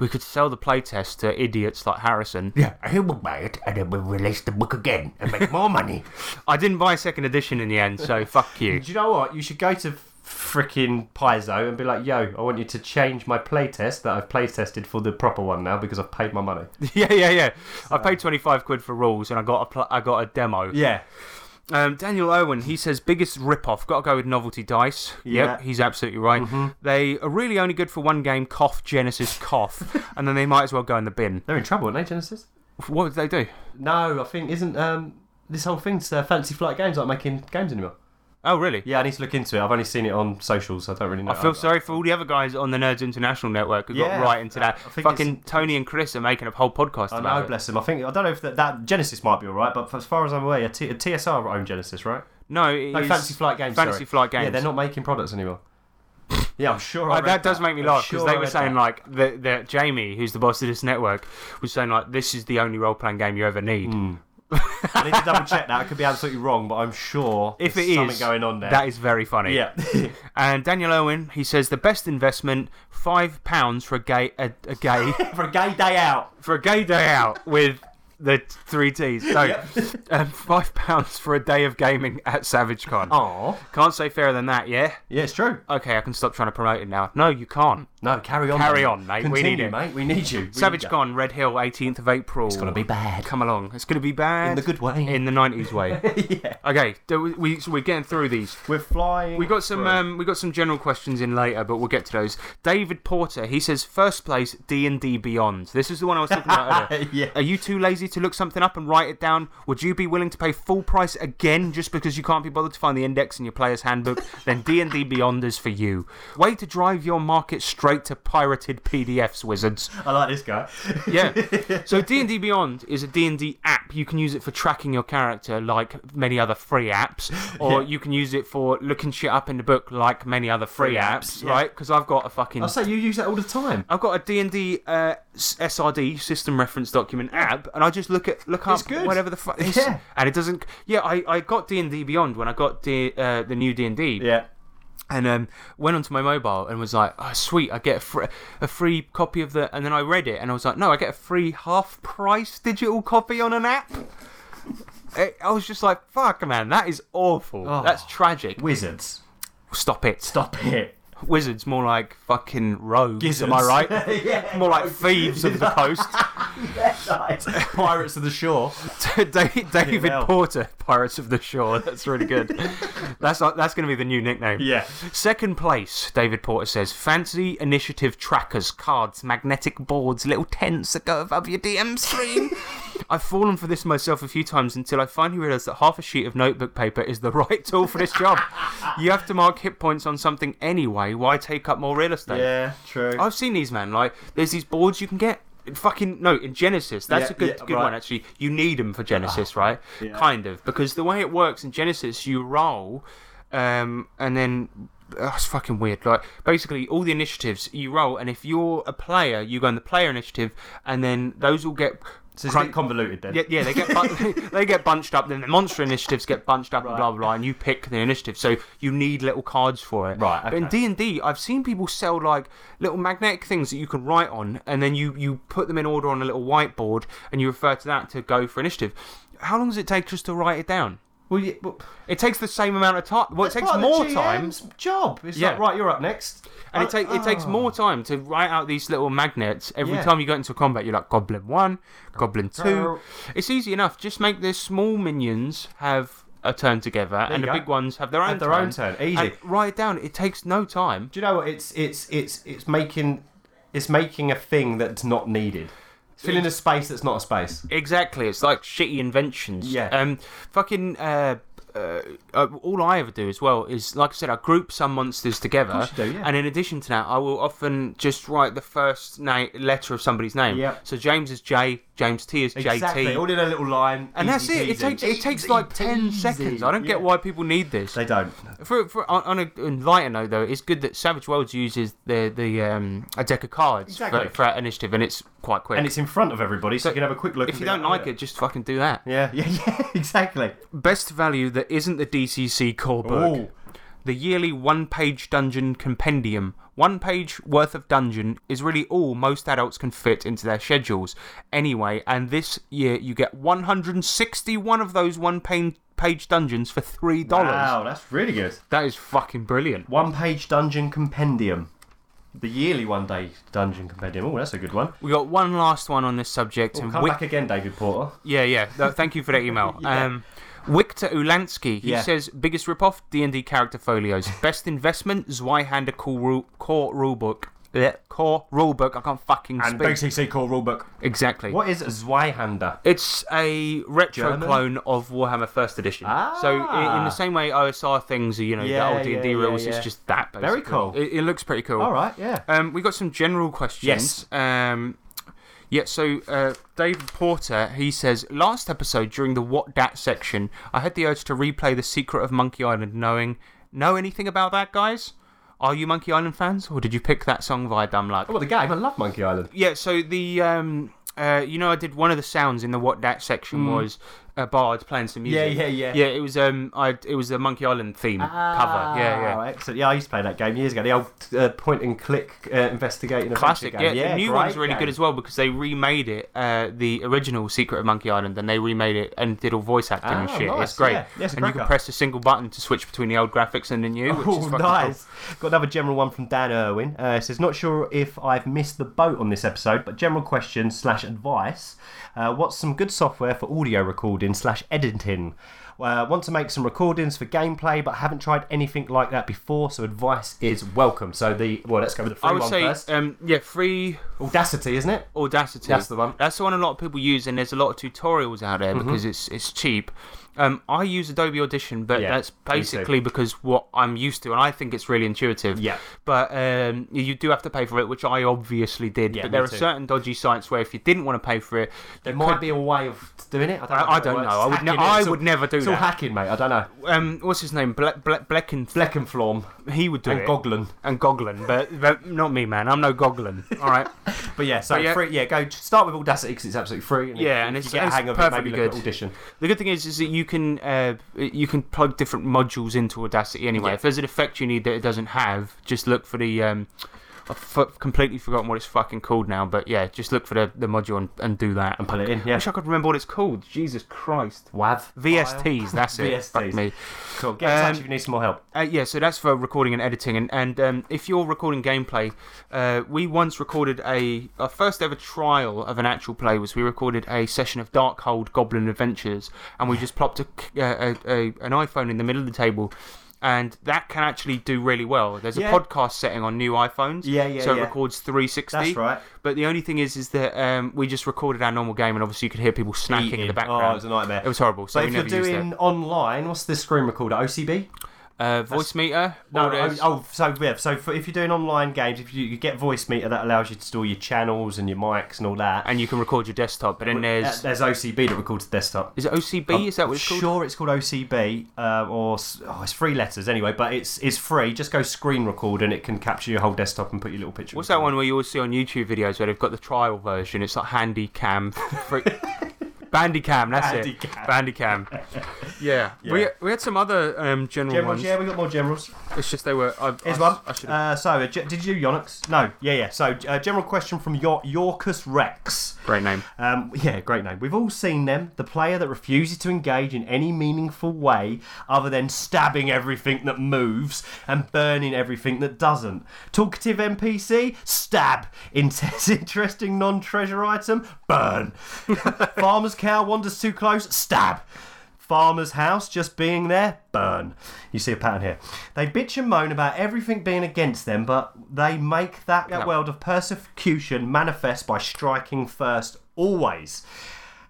we could sell the playtest to idiots like Harrison.
Yeah, he will buy it, and then we'll release the book again and make more money.
I didn't buy a second edition in the end, so fuck you.
*laughs* Do you know what? You should go to freaking Paizo and be like, "Yo, I want you to change my playtest that I've playtested for the proper one now because I've paid my money."
*laughs* yeah, yeah, yeah. I paid twenty five quid for rules, and I got a pl- I got a demo.
Yeah,
Um, Daniel Owen, he says biggest rip-off. Got to go with Novelty Dice.
Yeah. Mm-hmm.
Yep, he's absolutely right. They are really only good for one game. Cough Genesis
*laughs*
cough, and then they might as well go in the bin.
they're in trouble, aren't they, Genesis?
What did they do?
No, I think isn't um this whole thing's uh, Fancy Flight Games not making games anymore.
Oh, really?
Yeah, I need to look into it. I've only seen it on socials. I don't really know.
I feel sorry for all the other guys on the Nerds International Network who
Yeah,
got right into that.
I think
Fucking Tony and Chris are making a whole podcast
I
about
know,
it.
bless him. I think I don't know if that, that Genesis might be all right, but as far as I'm aware, a T- a TSR own Genesis, right?
No, it
No,
is-
Fancy Flight Games.
Fancy
sorry.
Flight Games.
Yeah, they're not making
*laughs*
products anymore. yeah, I'm sure. I
Like,
read
that does make me
I'm
laugh
sure
because
I
they were
read
saying
that.
like that, that Jamie, who's the boss of this network, was saying like this is the only role-playing game you ever need.
Hmm, I need to double check that. I could be absolutely wrong, but I'm sure
*laughs* If
there's
it is
something going on there.
that is very funny.
yeah. *laughs*
And Daniel Owen, he says the best investment five pounds for a gay a, a
*laughs*
gay
For a gay day out.
for a gay day out with the t- three T's. No, *laughs* um, five pounds for a day of gaming at SavageCon.
Aw.
Can't say fairer than that, yeah.
Yeah, it's true.
Okay, I can stop trying to promote it now. No, you can't.
No, carry on.
Carry on, mate. We
Continue,
need it.
mate. We need you. We need you.
SavageCon, Red Hill, 18th of April. It's
gonna be bad.
Come along. It's gonna be bad
In the good way.
in the 90s
*laughs*
way. yeah. Okay, do we, we so we're getting through these.
We're flying.
We got some
through.
um, we got some general questions in later, but we'll get to those. David Porter, he says first place D and D Beyond. This is the one I was talking about earlier.
Yeah.
Are you too lazy to look something up and write it down, would you be willing to pay full price again just because you can't be bothered to find the index in your player's handbook? then D&D Beyond is for you. Way to drive your market straight to pirated PDFs, wizards.
I like
*laughs*
this guy. *laughs*
Yeah. So D&D Beyond is a D&D app. You can use it for tracking your character like many other free apps
*laughs*
or you can use it for looking shit up in the book like many other free, apps,
apps, yeah.
right? Cuz I've got a fucking
I say you use that all the time.
I've got a D&D uh, s- SRD system reference document app and I just look at look up
It's good.
whatever the fuck
Yeah.
and it doesn't yeah I, I got D&D Beyond when I got D, uh, the new D&D
Yeah.
and um, went onto my mobile and was like, oh, sweet, I get a, fr- a free copy of the. And then I read it and I was like, no, I get a free half price digital copy on an app. I I was just like, fuck, man, that is awful.
Oh.
That's tragic.
Wizards.
Stop it.
Stop it.
Wizards, more like fucking rogues. Am I
Gizzards.
*laughs* right?
Yeah.
More like thieves
*laughs*
of the coast.
Pirates of the Shore.
*laughs* Da- David
hell.
Porter, Pirates of the Shore. That's really good.
*laughs*
that's uh, that's going to be the new nickname.
Yeah.
Second place, David Porter says, fancy initiative trackers, cards, magnetic boards, little tents that go above your DM screen. *laughs* I've fallen for this myself a few times until I finally realised that half a sheet of notebook paper is the *laughs* right tool for this job. you have to mark hit points on something anyway. Why take up more real estate?
Yeah, true.
I've seen these, man. Like, there's these boards you can get. Fucking no, in Genesis, that's
Yeah,
a good
yeah,
good
right. Ah,
one actually. You need them for Genesis, right? Kind of because the way it works in Genesis, you roll, um, and then oh, it's fucking weird. Like basically, all the initiatives you roll, and if you're a player, you go in the player initiative, and then those will get.
so it's a
crun-
bit convoluted then.
yeah, yeah, they get bun- *laughs* they get bunched up. Then the monster initiatives get bunched up, and blah blah blah. And you pick the initiative, so you need little cards for it.
Right,
But in
okay.
D and D, I've seen people sell like little magnetic things that you can write on, and then you you put them in order on a little whiteboard, and you refer to that to go for initiative. How long does it take just to write it down?
Well, yeah, well,
It takes the same amount of time. Well, it
that's
takes
part of the
more time,
GM's Job. It's
Yeah.
like, right, you're up next.
and it takes it takes more time to write out these little magnets every
oh. Yeah.
time you go into combat. You're like Goblin One, Goblin Two.
Go.
It's easy enough. Just make the small minions have a turn together, and
you
the
go.
big ones have their own
Have their own turn. Easy.
And write it down. It takes no time.
Do you know what? It's it's it's it's making it's making a thing that's not needed. It's filling a space that's not a space.
Exactly. It's like shitty inventions.
Yeah.
Um. Fucking. Uh, uh, uh, all I ever do as well is, like I said, I group some monsters together,
you do, yeah.
and in addition to that, I will often just write the first na- letter of somebody's name.
Yep.
So James is J, James T is JT,
Exactly. All in a little line.
and that's
easy
it. It
peasy.
takes it takes like ten
Easy.
seconds. I don't
Yeah.
get why people need this.
They don't.
For, for on, on a on a lighter note though, it's good that Savage Worlds uses the the um, a deck of cards
Exactly.
for, for that initiative, and it's quite quick.
And it's in front of everybody, so, you can have a quick look.
if
and
you
be
don't
oh,
like it, just fucking do that.
yeah, *laughs* yeah, yeah, yeah, exactly.
Best value that isn't the DCC core book.
Ooh.
The yearly one-page dungeon compendium. One page worth of dungeon is really all most adults can fit into their schedules. Anyway, and this year you get 161 of those one-page page dungeons for three dollars.
Wow, that's really good.
That is fucking brilliant.
One page dungeon compendium. The yearly one day dungeon compendium. Oh, that's a good one.
We got one last one on this subject,
We'll
and
come
Wick-
back again, David Porter.
yeah, yeah. No, thank you for that
*laughs*
email. um, Victor Ulansky, he
Yeah.
says biggest ripoff D and D character folios, best investment Zweihander core rule core rulebook. Yeah, core rulebook. I can't fucking
And
speak.
BCC core rulebook.
Exactly.
What is Zweihander?
It's a retro
German? Ah.
clone of Warhammer First Edition. So i- in the same way OSR things are, you know,
Yeah,
the old D and D
yeah, yeah,
rules,
yeah.
it's just that. Basically.
Very cool.
It, it looks pretty cool.
All right, yeah.
Um, we got some general questions.
Yes.
Um, yeah. So uh, David Porter he says last episode during the what dat section, I had the urge to replay the Secret of Monkey Island, knowing know anything about that, guys. Are you Monkey Island fans, or did you pick that song via dumb luck?
Oh, what the game? I love Monkey Island.
Yeah, so the um, uh, you know, I did one of the sounds in the what that section was a bard playing some
Mm. Yeah,
music.
yeah, yeah.
Yeah, it was um, I it was the Monkey Island theme cover. Yeah, yeah.
Oh, excellent. Yeah, I used to play that game years ago. The old uh, point and click uh, investigating adventure
Classic,
game.
yeah. The new
great
one's really
game.
good as well because they remade it, uh, the original Secret of Monkey Island, and they remade it and did all voice acting and
Ah,
shit.
nice,
it's great.
yeah. Yeah, it's a
and you can
cracker.
press a single button to switch between the old graphics and the new. Which is
Oh,
fucking
nice. Got another general one from Dan Irwin. Uh, it says, "Not sure if I've missed the boat on this episode, but general question slash advice: uh, What's some good software for audio recording slash editing?" Uh, want to make some recordings for gameplay, but haven't tried anything like that before, so advice is welcome. So the well, let's go with the free
I
one
would
first.
say, um, yeah, free
Audacity, isn't it?
Audacity.
That's the one.
That's the one a lot of people use, and there's a lot of tutorials out there
Mm-hmm.
because it's it's cheap. Um, I use Adobe Audition, but
Yeah,
that's
me too.
basically because what I'm used to, and I think it's really intuitive.
Yeah.
But um, you do have to pay for it, which I obviously did.
Yeah,
but
me
there are
too.
certain dodgy sites where if you didn't want to pay for it,
There might be a way of doing it. I don't know.
I- I don't
It's
know. I would
hacking,
ne-
isn't it?
I
It's all-
would never do
it's all
that.
hacking, mate. I don't know.
um, what's his name? Ble- Ble- Blecken.
Fleckenflom
he would do
and
it.
Goglin.
and Goglin, but, but not me, man. I'm no Goglin. All right.
*laughs* But yeah, so
But yeah-
free. Yeah, go start with Audacity because it's absolutely free. And
Yeah,
if
and
you
it's-
get
it's
a hang of
perfectly
it, maybe look
good.
At audition.
The good thing is, is that you can uh, you can plug different modules into Audacity anyway. If there's an effect you need that it doesn't have, just look for the. Um, I've f- completely forgotten what it's fucking called now, but yeah, just look for the, the module and, and do that.
And pull it in, yeah.
I wish I could remember what it's called. Jesus Christ.
Wav.
VSTs, that's it. Fuck
VSTs.
me.
Cool. Get in touch
Um,
if you need some more help.
Uh, yeah, so that's for recording and editing. And, and um, if you're recording gameplay, uh, we once recorded a our first ever trial of an actual play was we recorded a session of Darkhold Goblin Adventures, and we just plopped a, c- uh, a, a an iPhone in the middle of the table. And that can actually do really well. There's
Yeah.
a podcast setting on new iPhones.
Yeah, yeah,
So it
yeah.
records 360.
That's right.
But the only thing is, is that um, we just recorded our normal game, and obviously you could hear people snacking in the background.
Oh, it was a nightmare.
It was horrible. So,
So,
we
if you're
never used
doing
it.
online, what's this screen recorder? OCB?
Uh, voice meter.
No,
all it
oh,
is-
oh, so yeah, so for, if you're doing online games, if you, you get voice meter, that allows you to store your channels and your mics and all that.
and you can record your desktop. But then
there's,
there's
there's OCB that records the desktop.
is it OCB? is that what it's
sure
called?
it's called OCB, uh, or s- oh, it's three letters anyway, but it's it's free. Just go screen record and it can capture your whole desktop and put your little picture.
What's
in.
that one where you always see on YouTube videos where they've got the trial version? It's like handy cam, *laughs* free- Bandicam. That's it.
Bandicam.
Bandicam. Yeah. We
Yeah.
we had some other um, general
Generals,
ones.
yeah, we got more generals.
It's just they were. I,
Here's
I,
one.
I should.
uh, so, uh, ge- did you do Yonex? No, yeah, yeah. So, uh, general question from your Yorkus Rex.
Great name.
Um, yeah, great name. We've all seen them. The player that refuses to engage in any meaningful way other than stabbing everything that moves and burning everything that doesn't. Talkative NPC, stab. Intense, *laughs* interesting non treasure item, burn. *laughs* Farmer's cow wanders too close, stab. Farmer's house just being there, burn. You see a pattern here. They bitch and moan about everything being against them, but they make that world of persecution manifest by striking first, always.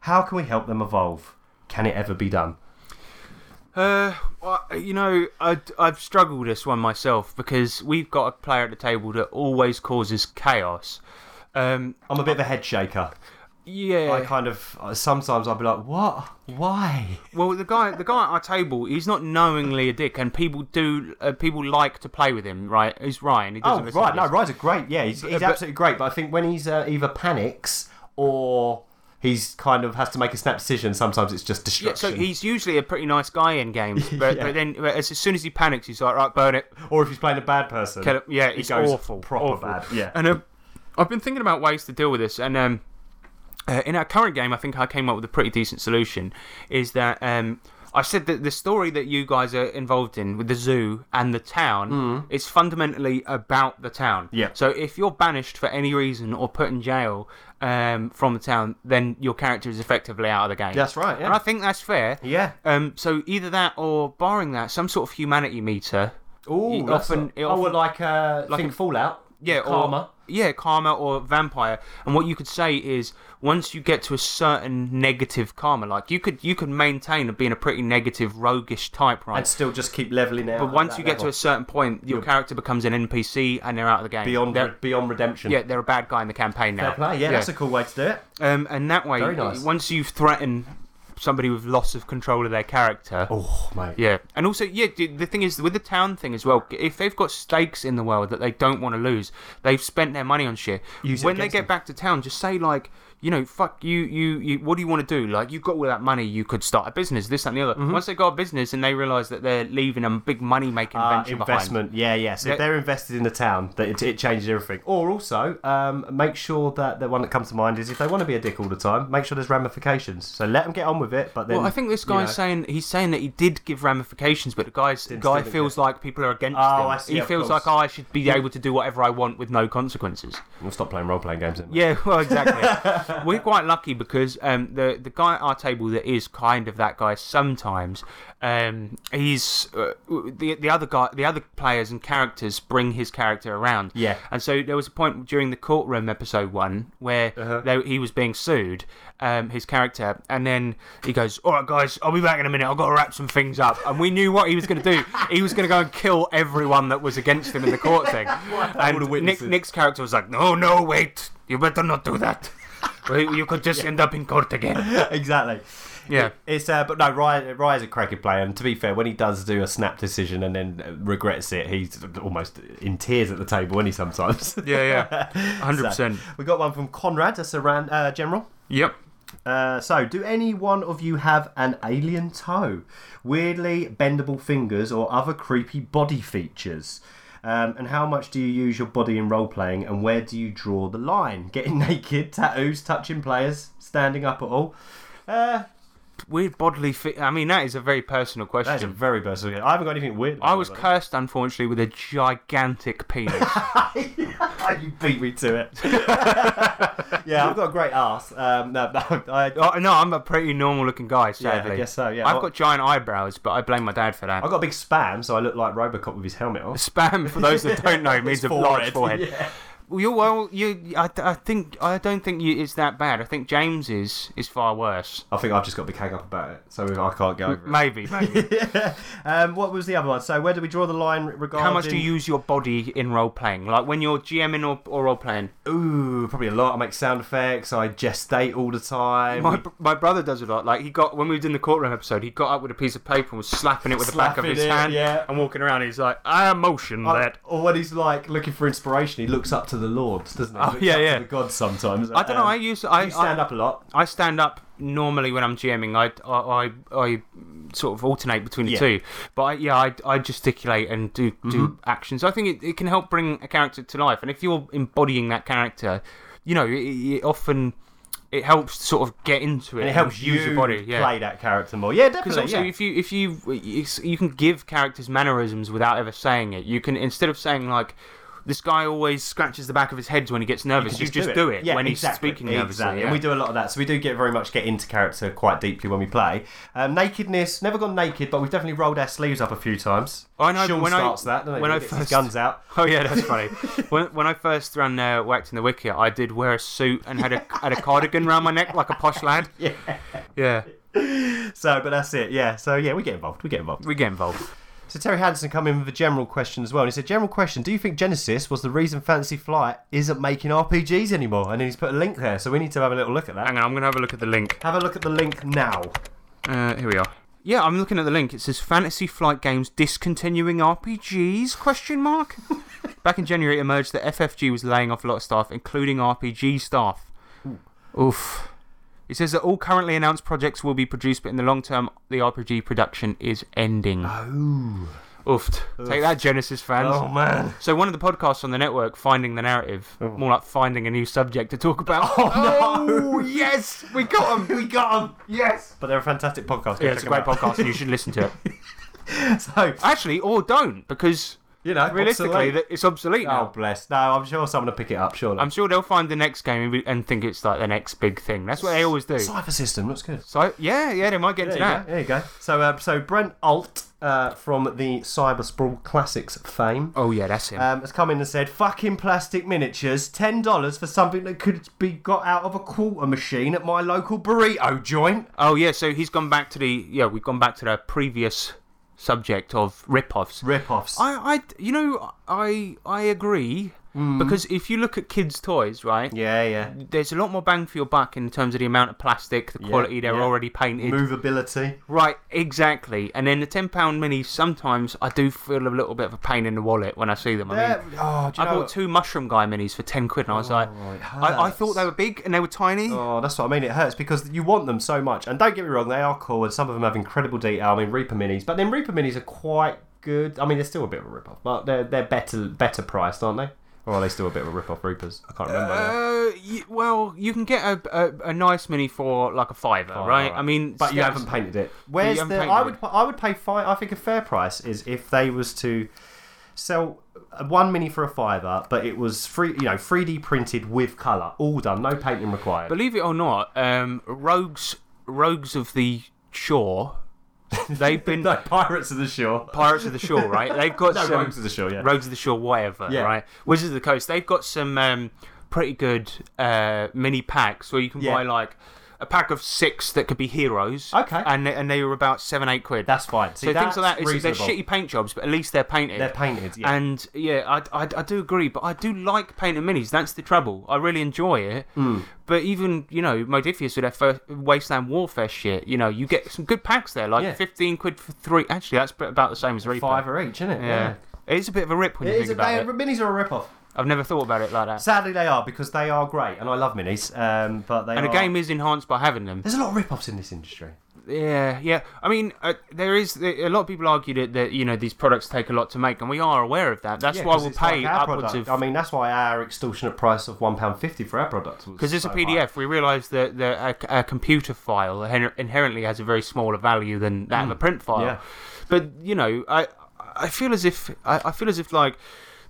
How can we help them evolve? Can it ever be done?
Uh, well, you know, I, I've struggled with this one myself because we've got a player at the table that always causes chaos. Um,
I'm a bit of a head shaker.
yeah.
I kind of uh, sometimes I'll be like, what?
*laughs*
Why?
Well, the guy, the guy at our table, he's not knowingly a dick, and people do, uh, people like to play with him, right? He's Ryan. He
Oh
doesn't listen
right,
to
no,
this.
Ryan's a great. Yeah, he's, he's
but-
absolutely great. But I think when he's uh, either panics or he's kind of has to make a snap decision, sometimes it's just
Yeah,
destruction.
so he's usually a pretty nice guy in
*laughs*
games, but,
Yeah.
but then but as, as soon as he panics, he's like, right, burn it,
or if he's playing a bad person,
kill it. Yeah,
he
it's
goes
awful,
proper
awful.
bad. Yeah,
And uh, I've been thinking about ways to deal with this, and um, uh, in our current game, I think I came up with a pretty decent solution. Is that um, I said that the story that you guys are involved in with the zoo and the town is fundamentally about the town.
Hmm. Yeah.
So if you're banished for any reason or put in jail um, from the town, then your character is effectively out of the game.
That's right, yeah.
And I think that's fair.
Yeah.
Um, so either that or barring that, some sort of humanity meter.
Ooh,
It
that's
often-
a-
it
oh,
often-
like uh, like
like
think
a-
Fallout,
Yeah,
karma.
Or, yeah, karma or vampire. And what you could say is once you get to a certain negative karma, like you could you could maintain being a pretty negative roguish type, right?
and still just keep leveling out.
but once you get to a certain point, your character becomes an NPC and they're out of the game.
beyond
They're-
re- beyond redemption,
yeah, they're a bad guy in the campaign now.
Fair play. yeah, that's a cool way to do it.
um, and that way,
Very nice.
once you've threatened somebody with loss of control of their character,
Oh mate,
Yeah, and also, yeah, the the thing is with the town thing as well. If they've got stakes in the world that they don't want to lose, they've spent their money on shit.
Use it
when they
against
get
them.
back to town, just say like, you know, fuck you, you, you. What do you want to do? Like, you've got all that money, you could start a business, this that, and the other.
Mm-hmm.
Once they got a business and they realise that they're leaving a big money making
Uh,
venture
investment, yeah, yeah. So if
Yeah.
they're invested in the town, that it, it changes everything. Or also, um, make sure that the one that comes to mind is if they want to be a dick all the time, make sure there's ramifications. So let them get on with it. But then,
behind. Well, I think this
you
guy's
know.
saying he's saying that he did give ramifications, but the guy's
Didn't
guy
still get
feels
it.
like people are against
Oh,
him.
I see,
he
of
feels
course.
like oh, I should be able to do whatever I want with no consequences. *laughs*
we'll stop playing role playing games. Then, mate.
Yeah, well, exactly. We're quite lucky because um, the the guy at our table that is kind of that guy sometimes. Um, he's uh, the the other guy, the other players and characters bring his character around.
Yeah.
And so there was a point during the courtroom episode one where they, he was being sued, um, his character, and then he goes, "All right, guys, I'll be back in a minute. I've got to wrap some things up." And we knew what he was going to do. he was going to go and kill everyone that was against him in the court thing.
would have
and Nick,
witnessed it.
Nick's character was like, "No, no, wait, you better not do that." *laughs* Or you you could just end up in court
*laughs*
again.
exactly.
Yeah.
It's uh, but no, Ryan, Ryan's a cracking player, and to be fair, when he does do a snap decision and then uh, regrets it, he's almost in tears at the table, isn't he? Sometimes. *laughs*
Yeah, yeah. 100%.
we got one from Conrad, that's a ran, uh, general.
Yep.
Uh, so, do any one of you have an alien toe, weirdly bendable fingers, or other creepy body features? Um, and how much do you use your body in role playing, and where do you draw the line? Getting *laughs* naked, tattoos, touching players, standing up at all? Uh,
Weird bodily fit. I mean, that is a very personal
that is a
question.
very personal. I haven't got anything weird.
I was cursed, unfortunately, with a gigantic penis. *laughs*
Ah, you beat me to it. yeah, I've got a great ass. Um, no, no, I,
oh, no, I'm a pretty normal looking guy,
Yeah, I
sadly.
guess so, yeah.
I've
Well-
got giant eyebrows, but I blame my dad for that.
I got a big spam, so I look like Robocop with his helmet on.
*laughs* Spam, for those that don't
*laughs*
know, means a large forehead.
Yeah.
Well, you well, you. I, I think I don't think you, it's that bad. I think James is is far worse.
I think I've just got a big hang up about it, so I can't get over it.
Maybe. maybe.
*laughs* Um, what was the other one? So where do we draw the line regarding?
How much do you use your body in role playing? Like when you're GMing or, or role playing?
Ooh, probably a lot. I make sound effects. I gestate all the time.
My, my brother does a lot. Like he got when we was in the courtroom episode, he got up with a piece of paper and was slapping it with the back of
Slapping
his
it,
hand
yeah.
and walking around. He's like, I motion
I-
that.
or when he's like looking for inspiration, he looks up to the lords, doesn't he?
Oh,
He looks
yeah,
up to
yeah.
the gods sometimes. Um,
I don't know. I use I
you stand
I,
up a lot.
I stand up normally when I'm GMing. I I I, I sort of alternate between the
Yeah. Mm-hmm.
two. But I, yeah, I, I gesticulate and do do actions. I think it, it can help bring a character to life. And if you're embodying that character, you know, it, it often it helps sort of get into it.
And it helps you
use your body. Yeah.
play that character more. Yeah,
Because
definitely.
also,
Yeah.
if you if you it's, you can give characters mannerisms without ever saying it. You can instead of saying like. This guy always scratches the back of his head when he gets nervous. You, just do it,
Yeah,
when
exactly,
he's speaking nervously.
Exactly.
yeah.
And we do a lot of that. So we do get very much get into character quite deeply when we play. Um, nakedness, never gone naked, but we've definitely rolled our sleeves up a few times.
I know,
Sean
but when I-
starts that, doesn't he?
when
He
I
gets his
first-
guns out.
*laughs* Oh yeah, that's funny. when, when I first ran uh, whacked in the wiki, I did wear a suit and had a had a cardigan round my neck like a posh lad. Yeah, yeah.
So, but that's it. Yeah. So yeah, we get involved. We get involved.
We get involved.
So Terry Hansen come in with a general question as well. And he said, general question, do you think Genesis was the reason Fancy Flight isn't making RPGs anymore? And then he's put a link there. So we need to have a little look at that.
Hang on, I'm gonna have a look at the link.
Have a look at the link now.
Uh, here we are. Yeah, I'm looking at the link. It says Fantasy Flight Games discontinuing RPGs? Question
*laughs*
mark. Back in January, it emerged that FFG was laying off a lot of staff, including RPG staff. Oof. It says that all currently announced projects will be produced, but in the long term, the RPG production is ending. Oofed. Take that, Genesis fans.
Oh man.
So one of the podcasts on the network, Finding the Narrative, more like finding a new subject to talk about. Oh, *laughs* yes! We got him!
We got him.
yes!
But they're a fantastic podcast. Go
Yeah, it's a
check 'em
great
out.
podcast *laughs* and you should listen to it.
*laughs* So
Actually, or don't, because
you know,
realistically,
obsolete.
that it's obsolete
Oh,
now.
bless. No, I'm sure someone will pick it up, surely.
I'm sure they'll find the next game and be- and think it's like the next big thing. That's what they always do.
Cypher System looks good.
So, yeah, yeah, they might get
There
into
you,
that.
go. there you go. So, uh, so Brent Alt uh, from the Cyber Sprawl Classics fame
Oh, yeah, that's him.
um, has come in and said, "Fucking plastic miniatures, ten dollars for something that could be got out of a quarter machine at my local burrito joint."
oh, yeah, so he's gone back to the. Yeah, we've gone back to the previous subject of rip-offs.
Rip-offs.
I, I, you know, I, I agree because if you look at kids' toys, right?
Mm. yeah, yeah.
There's a lot more bang for your buck in terms of the amount of plastic, the quality they're
yeah.
already painted.
Movability.
Right, exactly. And then the ten pound minis. Sometimes I do feel a little bit of a pain in the wallet when I see them. I mean,
Yeah. Oh, do
I
you know
bought two mushroom guy minis for ten quid, and I was like, I, I thought they were big and they were tiny.
Oh, that's what I mean. It hurts because you want them so much. And don't get me wrong, they are cool, and some of them have incredible detail. I mean, Reaper minis, but then Reaper minis are quite good. I mean, they're still a bit of a rip off, but they're they're better better priced, aren't they? Or are they still a bit of a rip off Reapers? I can't remember. now.
Uh, y- well, you can get a, a, a nice mini for like a fiver,
Oh,
Uh, right?
alright.
I mean,
but you
still-
haven't painted it. Where's
haven't
the?
painted
I
it.
would I would pay five. I think a fair price is if they was to sell uh, one mini for a fiver, but it was free, you know, 3D printed with color, all done, no painting required.
Believe it or not, um, rogues rogues of the shore,
*laughs*
they've been
no, Pirates of the Shore.
Pirates of the Shore, right? They've got
*laughs* No,
some
Rogues of the Shore, yeah.
Rogues of the Shore, whatever,
Yeah.
right? Wizards of the Coast. They've got some um, pretty good uh, mini packs where you can
Yeah.
buy like a pack of six that could be heroes.
Okay.
and they, and they were about seven, eight quid.
That's fine. See,
so
that's
things like that. It's, they're
reasonable.
shitty paint jobs, but at least they're painted.
They're painted, yeah.
And yeah, I, I, I do agree, but I do like painted minis. That's the trouble. I really enjoy it.
Hmm.
But even you know Modifius with their first Wasteland Warfare shit, you know, you get some good packs there, like
Yeah.
fifteen quid for three. Actually, that's about the same as Reaper.
Fiver each, isn't it?
Yeah. It's a bit of a rip when
It
you
is
think
a,
about
they,
it.
minis are a rip-off.
I've never thought about it like that.
Sadly, they are because they are great, and I love minis. Um, but they
And
are...
a game is enhanced by having
*laughs*
them.
There's a lot of rip-offs in this industry.
Yeah, yeah. I mean, uh, there is a lot of people argue that, that you know these products take a lot to make, and we are aware of that. That's
Yeah,
why
'cause
we'll
it's like
pay
our
upwards
product.
of
I mean, that's why our extortionate price of one pound fifty for our product was
Because it's a
so
PDF, we realise that the, a, a computer file inher- inherently has a very smaller value than that of a print file.
Mm. yeah.
But you know, I I feel as if I, I feel as if like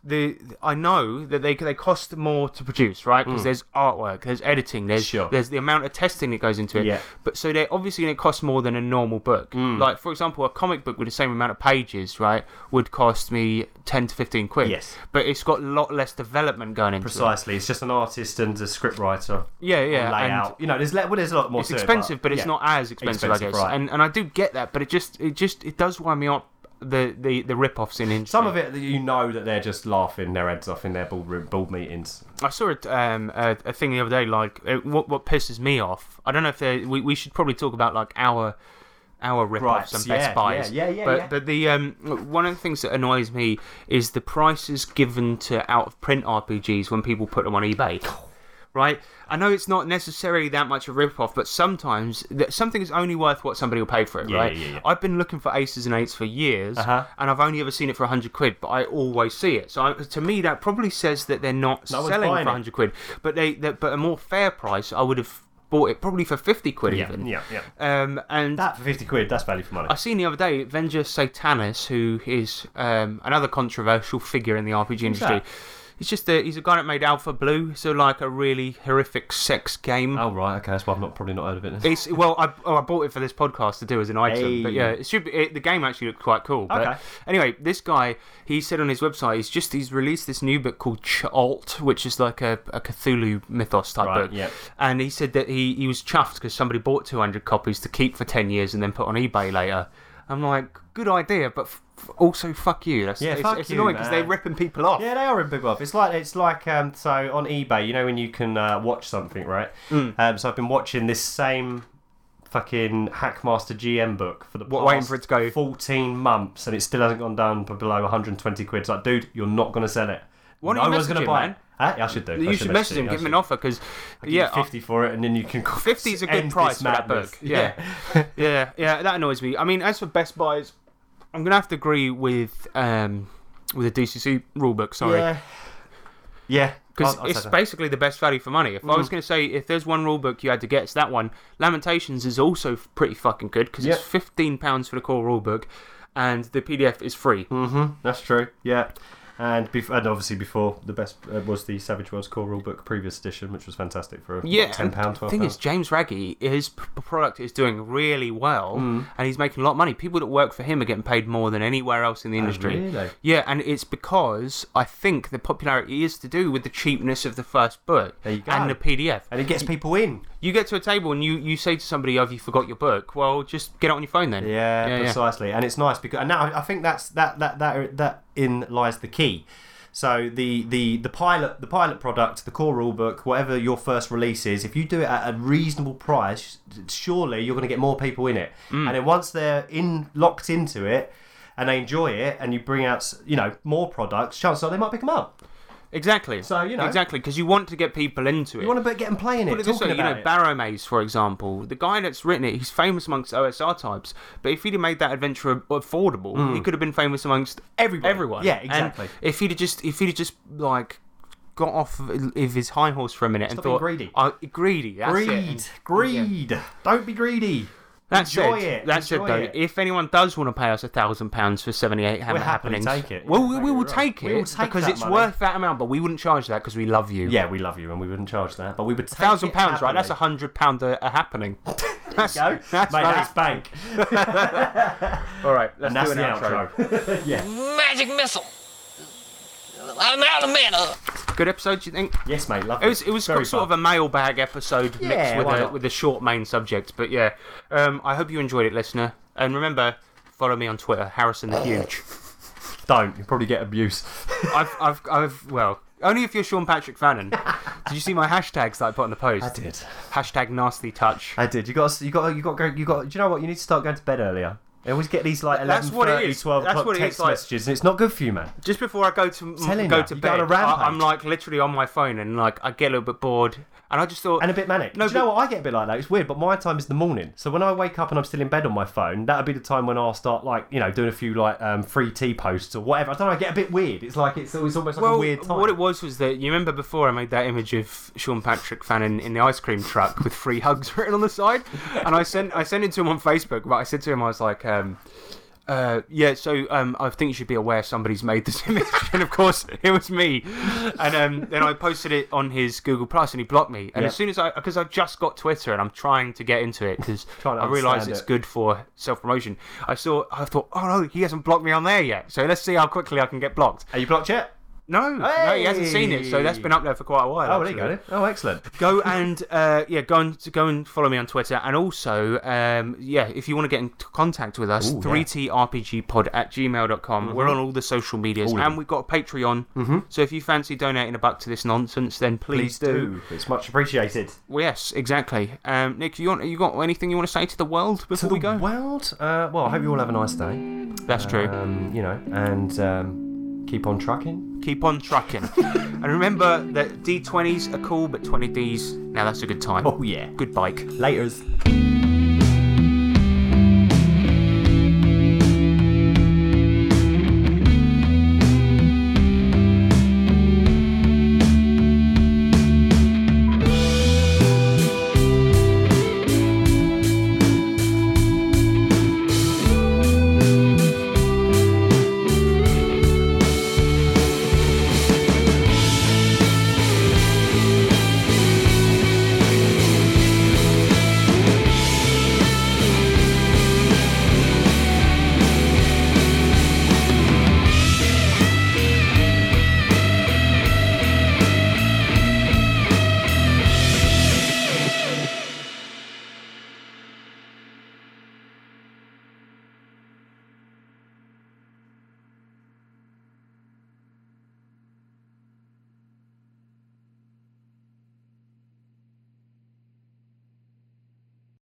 the I know that they they cost more to produce, right? Because there's artwork, there's editing, there's
Mm. Sure.
there's the amount of testing that goes into it.
Yeah. Mm.
But so they're obviously going to cost more than a normal book. Like for example, a comic book with the same amount of pages, right, would cost me ten to fifteen quid.
Yes.
But it's got a lot less development going into it.
Precisely, it's just an artist and a scriptwriter.
Yeah, yeah, and-
Layout. you know, there's le- well, there's a lot more.
it's
to it,
expensive, but, it's
yeah.
not as expensive, I
Expensive,
guess.
right.
And and I do get that, but it just it just it does wind me up the the the rip-offs in industry.
Some of it that you know that they're just laughing their heads off in their board, board meetings.
I saw it, um, a, a thing the other day. Like uh, what what pisses me off. I don't know if they- we we should probably talk about like our our rip-offs
Rights,
and
yeah,
best buys.
yeah, yeah, yeah,
but
yeah.
but the um one of the things that annoys me is the prices given to out of print RPGs when people put them on eBay. Right, I know it's not necessarily that much a rip-off, but sometimes th- something is only worth what somebody will pay for it.
Yeah,
right,
yeah, yeah, yeah.
I've been looking for aces and eights for years,
Uh-huh.
and I've only ever seen it for hundred quid, but I always see it. So I, to me, that probably says that they're not
No one's
selling for
buying it.
hundred quid, but they, they but a more fair price, I would have bought it probably for fifty quid
Yeah,
even.
yeah, yeah.
Um, and
That for fifty quid, that's value for money.
I seen the other day Avenger Satanas, who is um, another controversial figure in the RPG industry.
that?
He's just a, he's a guy that made Alpha Blue, so like a really horrific sex game.
Oh right, okay, that's why I've not probably not heard of it. Then.
It's well, I, oh, I bought it for this podcast to do as an item,
Hey.
but yeah, it should be. It, the game actually looked quite cool. But
Okay.
Anyway, this guy he said on his website he's just he's released this new book called Chalt, which is like a, a Cthulhu mythos type
Right,
book.
yeah.
And he said that he he was chuffed because somebody bought 200 copies to keep for 10 years and then put on eBay later. I'm like, good idea, but f- f- also fuck you. That's,
Yeah,
it's,
fuck
it's
you,
annoying because they're
man.
ripping people off.
*laughs* Yeah, they are in big off. It's like it's like um, so on eBay, you know when you can uh, watch something, right?
Mm.
Um, so I've been watching this same fucking Hackmaster GM book for the
Wa-
past
waiting for it to go.
fourteen months, and it still hasn't gone down b- below 120 quid. It's like, dude, you're not going to sell it.
Why don't
no
you message
one's gonna
him,
buy
man?
it. Eh? Yeah, I should do.
You
I
should message him,
I
give him
should.
an offer because,
I'll give you
yeah, I-
50 for it, and then you can.
50 is a
end
good
this
price for that
madness.
book. Yeah. yeah, yeah, that annoys me. I mean, as for Best Buys, I'm gonna have to agree with um with the DCC rulebook. Sorry,
yeah, yeah.
because
I'll- I'll
it's
say that. Mm.
basically the best value for money. If I was gonna say if there's one rulebook you had to get, it's that one. Lamentations is also f- pretty fucking good because
Yeah.
it's 15 pounds for the core rulebook, and the PDF is free.
That's true. Yeah. And, bef- and obviously before the best uh, was the Savage Worlds Core Rulebook previous edition, which was fantastic for
Yeah,
yeah, ten
and
pound,
The
twelve
thing is,
pound.
James Raggy, his p- product is doing really well,
Mm.
and he's making a lot of money. People that work for him are getting paid more than anywhere else in the industry.
Oh, really?
Yeah, and it's because I think the popularity is to do with the cheapness of the first book
There you go.
and the PDF.
And it gets people in.
You get to a table and you, you say to somebody, "Oh, have you forgot your book?" Well, just get it on your phone then.
Yeah, precisely. And it's nice because and now I think that's that that that that in lies the key. So the the the pilot the pilot product, the core rulebook, whatever your first release is, if you do it at a reasonable price, surely you're going to get more people in it. And then once they're in locked into it. And they enjoy it, and you bring out, s- you know, more products. Chances are they might pick them up.
exactly.
So, you know-
exactly because you want to get people into it.
You want to get them playing it,
Put it this
talking
way, you
about
know,
it.
Barrow Maze, for example, the guy that's written it, he's famous amongst OSR types. But if he'd have made that adventure ab- affordable, he could have been famous amongst everyone. Mm. Everyone.
Yeah,
And
exactly.
if he'd have just, if he'd have just like got off of of his high horse for a minute
Stop
and
being
thought,
greedy.
"Oh, greedy, that's it."
greed,
And-
greed. Don't be greedy.
That
Enjoy
said,
it.
that said
Enjoy
though,
it.
if anyone does want to pay us a thousand pounds for seventy-eight hammer
happily
happenings,
take it.
Well,
Yeah,
we,
no,
we
you're
will
right.
take
We
it
will take
because
that
it's
money.
worth that amount, but we wouldn't charge that because we love you.
Yeah, we love you, and we wouldn't charge that, but we would take
thousand
it
pounds, right? That's a
happily.
hundred pound uh, a, a
*laughs*
happening. That's,
Go,
*laughs* that's
mate.
right.
That's bank,
all right. Let's
and that's
*laughs* do an
the
outro.
outro.
Magic missile. I'm out of mana.
Good episode, do you think?
yes, mate.
*laughs*
Love
It was it was
Very
sort of
fun.
a mailbag episode mixed
Yeah,
with
why
a,
not?
with a short main subject, but yeah. Um, I hope you enjoyed it, listener. And remember, follow me on Twitter, Harrison the Huge.
*laughs* Don't you probably get abuse.
*laughs* I've, I've, I've, well, only if you're Sean Patrick
*laughs*
Fannin. did you see my hashtags that I put on the post? Hashtag nasty touch.
I did. You got. You got. You got. go- You got. Do you know what? You need to start going to bed earlier. I always get these like 11,
That's what it is.
12
That's
o'clock
what it
text
is, like-
messages, and it's not good for you, man.
Just before I go to
Telling
go
you,
to
you go
bed,
on a rampage.
I, am like literally on my phone and like I get a little bit bored, and I just thought
And a bit manic.
No,
Do you know
but-
what? I get a bit like that. It's weird, but my time is the morning. So when I wake up and I'm still in bed on my phone, that'll be the time when I'll start like you know doing a few like um, free tea posts or whatever. I don't know. I get a bit weird. It's like it's, it's almost like
Well,
a weird time.
what it was was that you remember before I made that image of Sean Patrick Fannin in the ice cream truck with free hugs *laughs* written on the side, and I sent I sent it to him on Facebook. But I said to him, I was like, um, uh, "Yeah, so um, I think you should be aware somebody's made this *laughs* image." and of course, it was me. And um, then I posted it on his Google Plus, and he blocked me. And
Yeah.
as soon as I, because I've just got Twitter and I'm trying to get into it because
*laughs* Trying to
I realise
understand
it's
it.
good for self promotion. I saw, I thought, oh no, he hasn't blocked me on there yet. So let's see how quickly I can get blocked.
Are you blocked yet?
No, no, he hasn't seen it, so that's
Hey!
been up there for quite a while.
Oh, there you go.
actually.
then. Oh, excellent.
Go and uh, yeah, go and go and follow me on Twitter, and also um, yeah, if you want to get in t- contact with us,
Ooh, yeah. Mm-hmm.
three trpgpod at gmail.com. We're on all the social medias,
All of
and
them. Mm-hmm.
we've got a Patreon. So if you fancy donating a buck to this nonsense, then please,
Please do. It's much appreciated.
Well, yes, exactly. Um, Nick, you want you got anything you want to say to the world before we go?
world. Uh, well, I hope you all have a nice day.
That's true.
um, you know, and um, keep on trucking. *laughs*
Keep on trucking, and remember
Oh.
that D20s are cool, but 20Ds now that's a good time.
yeah.
Good bike.
Laters.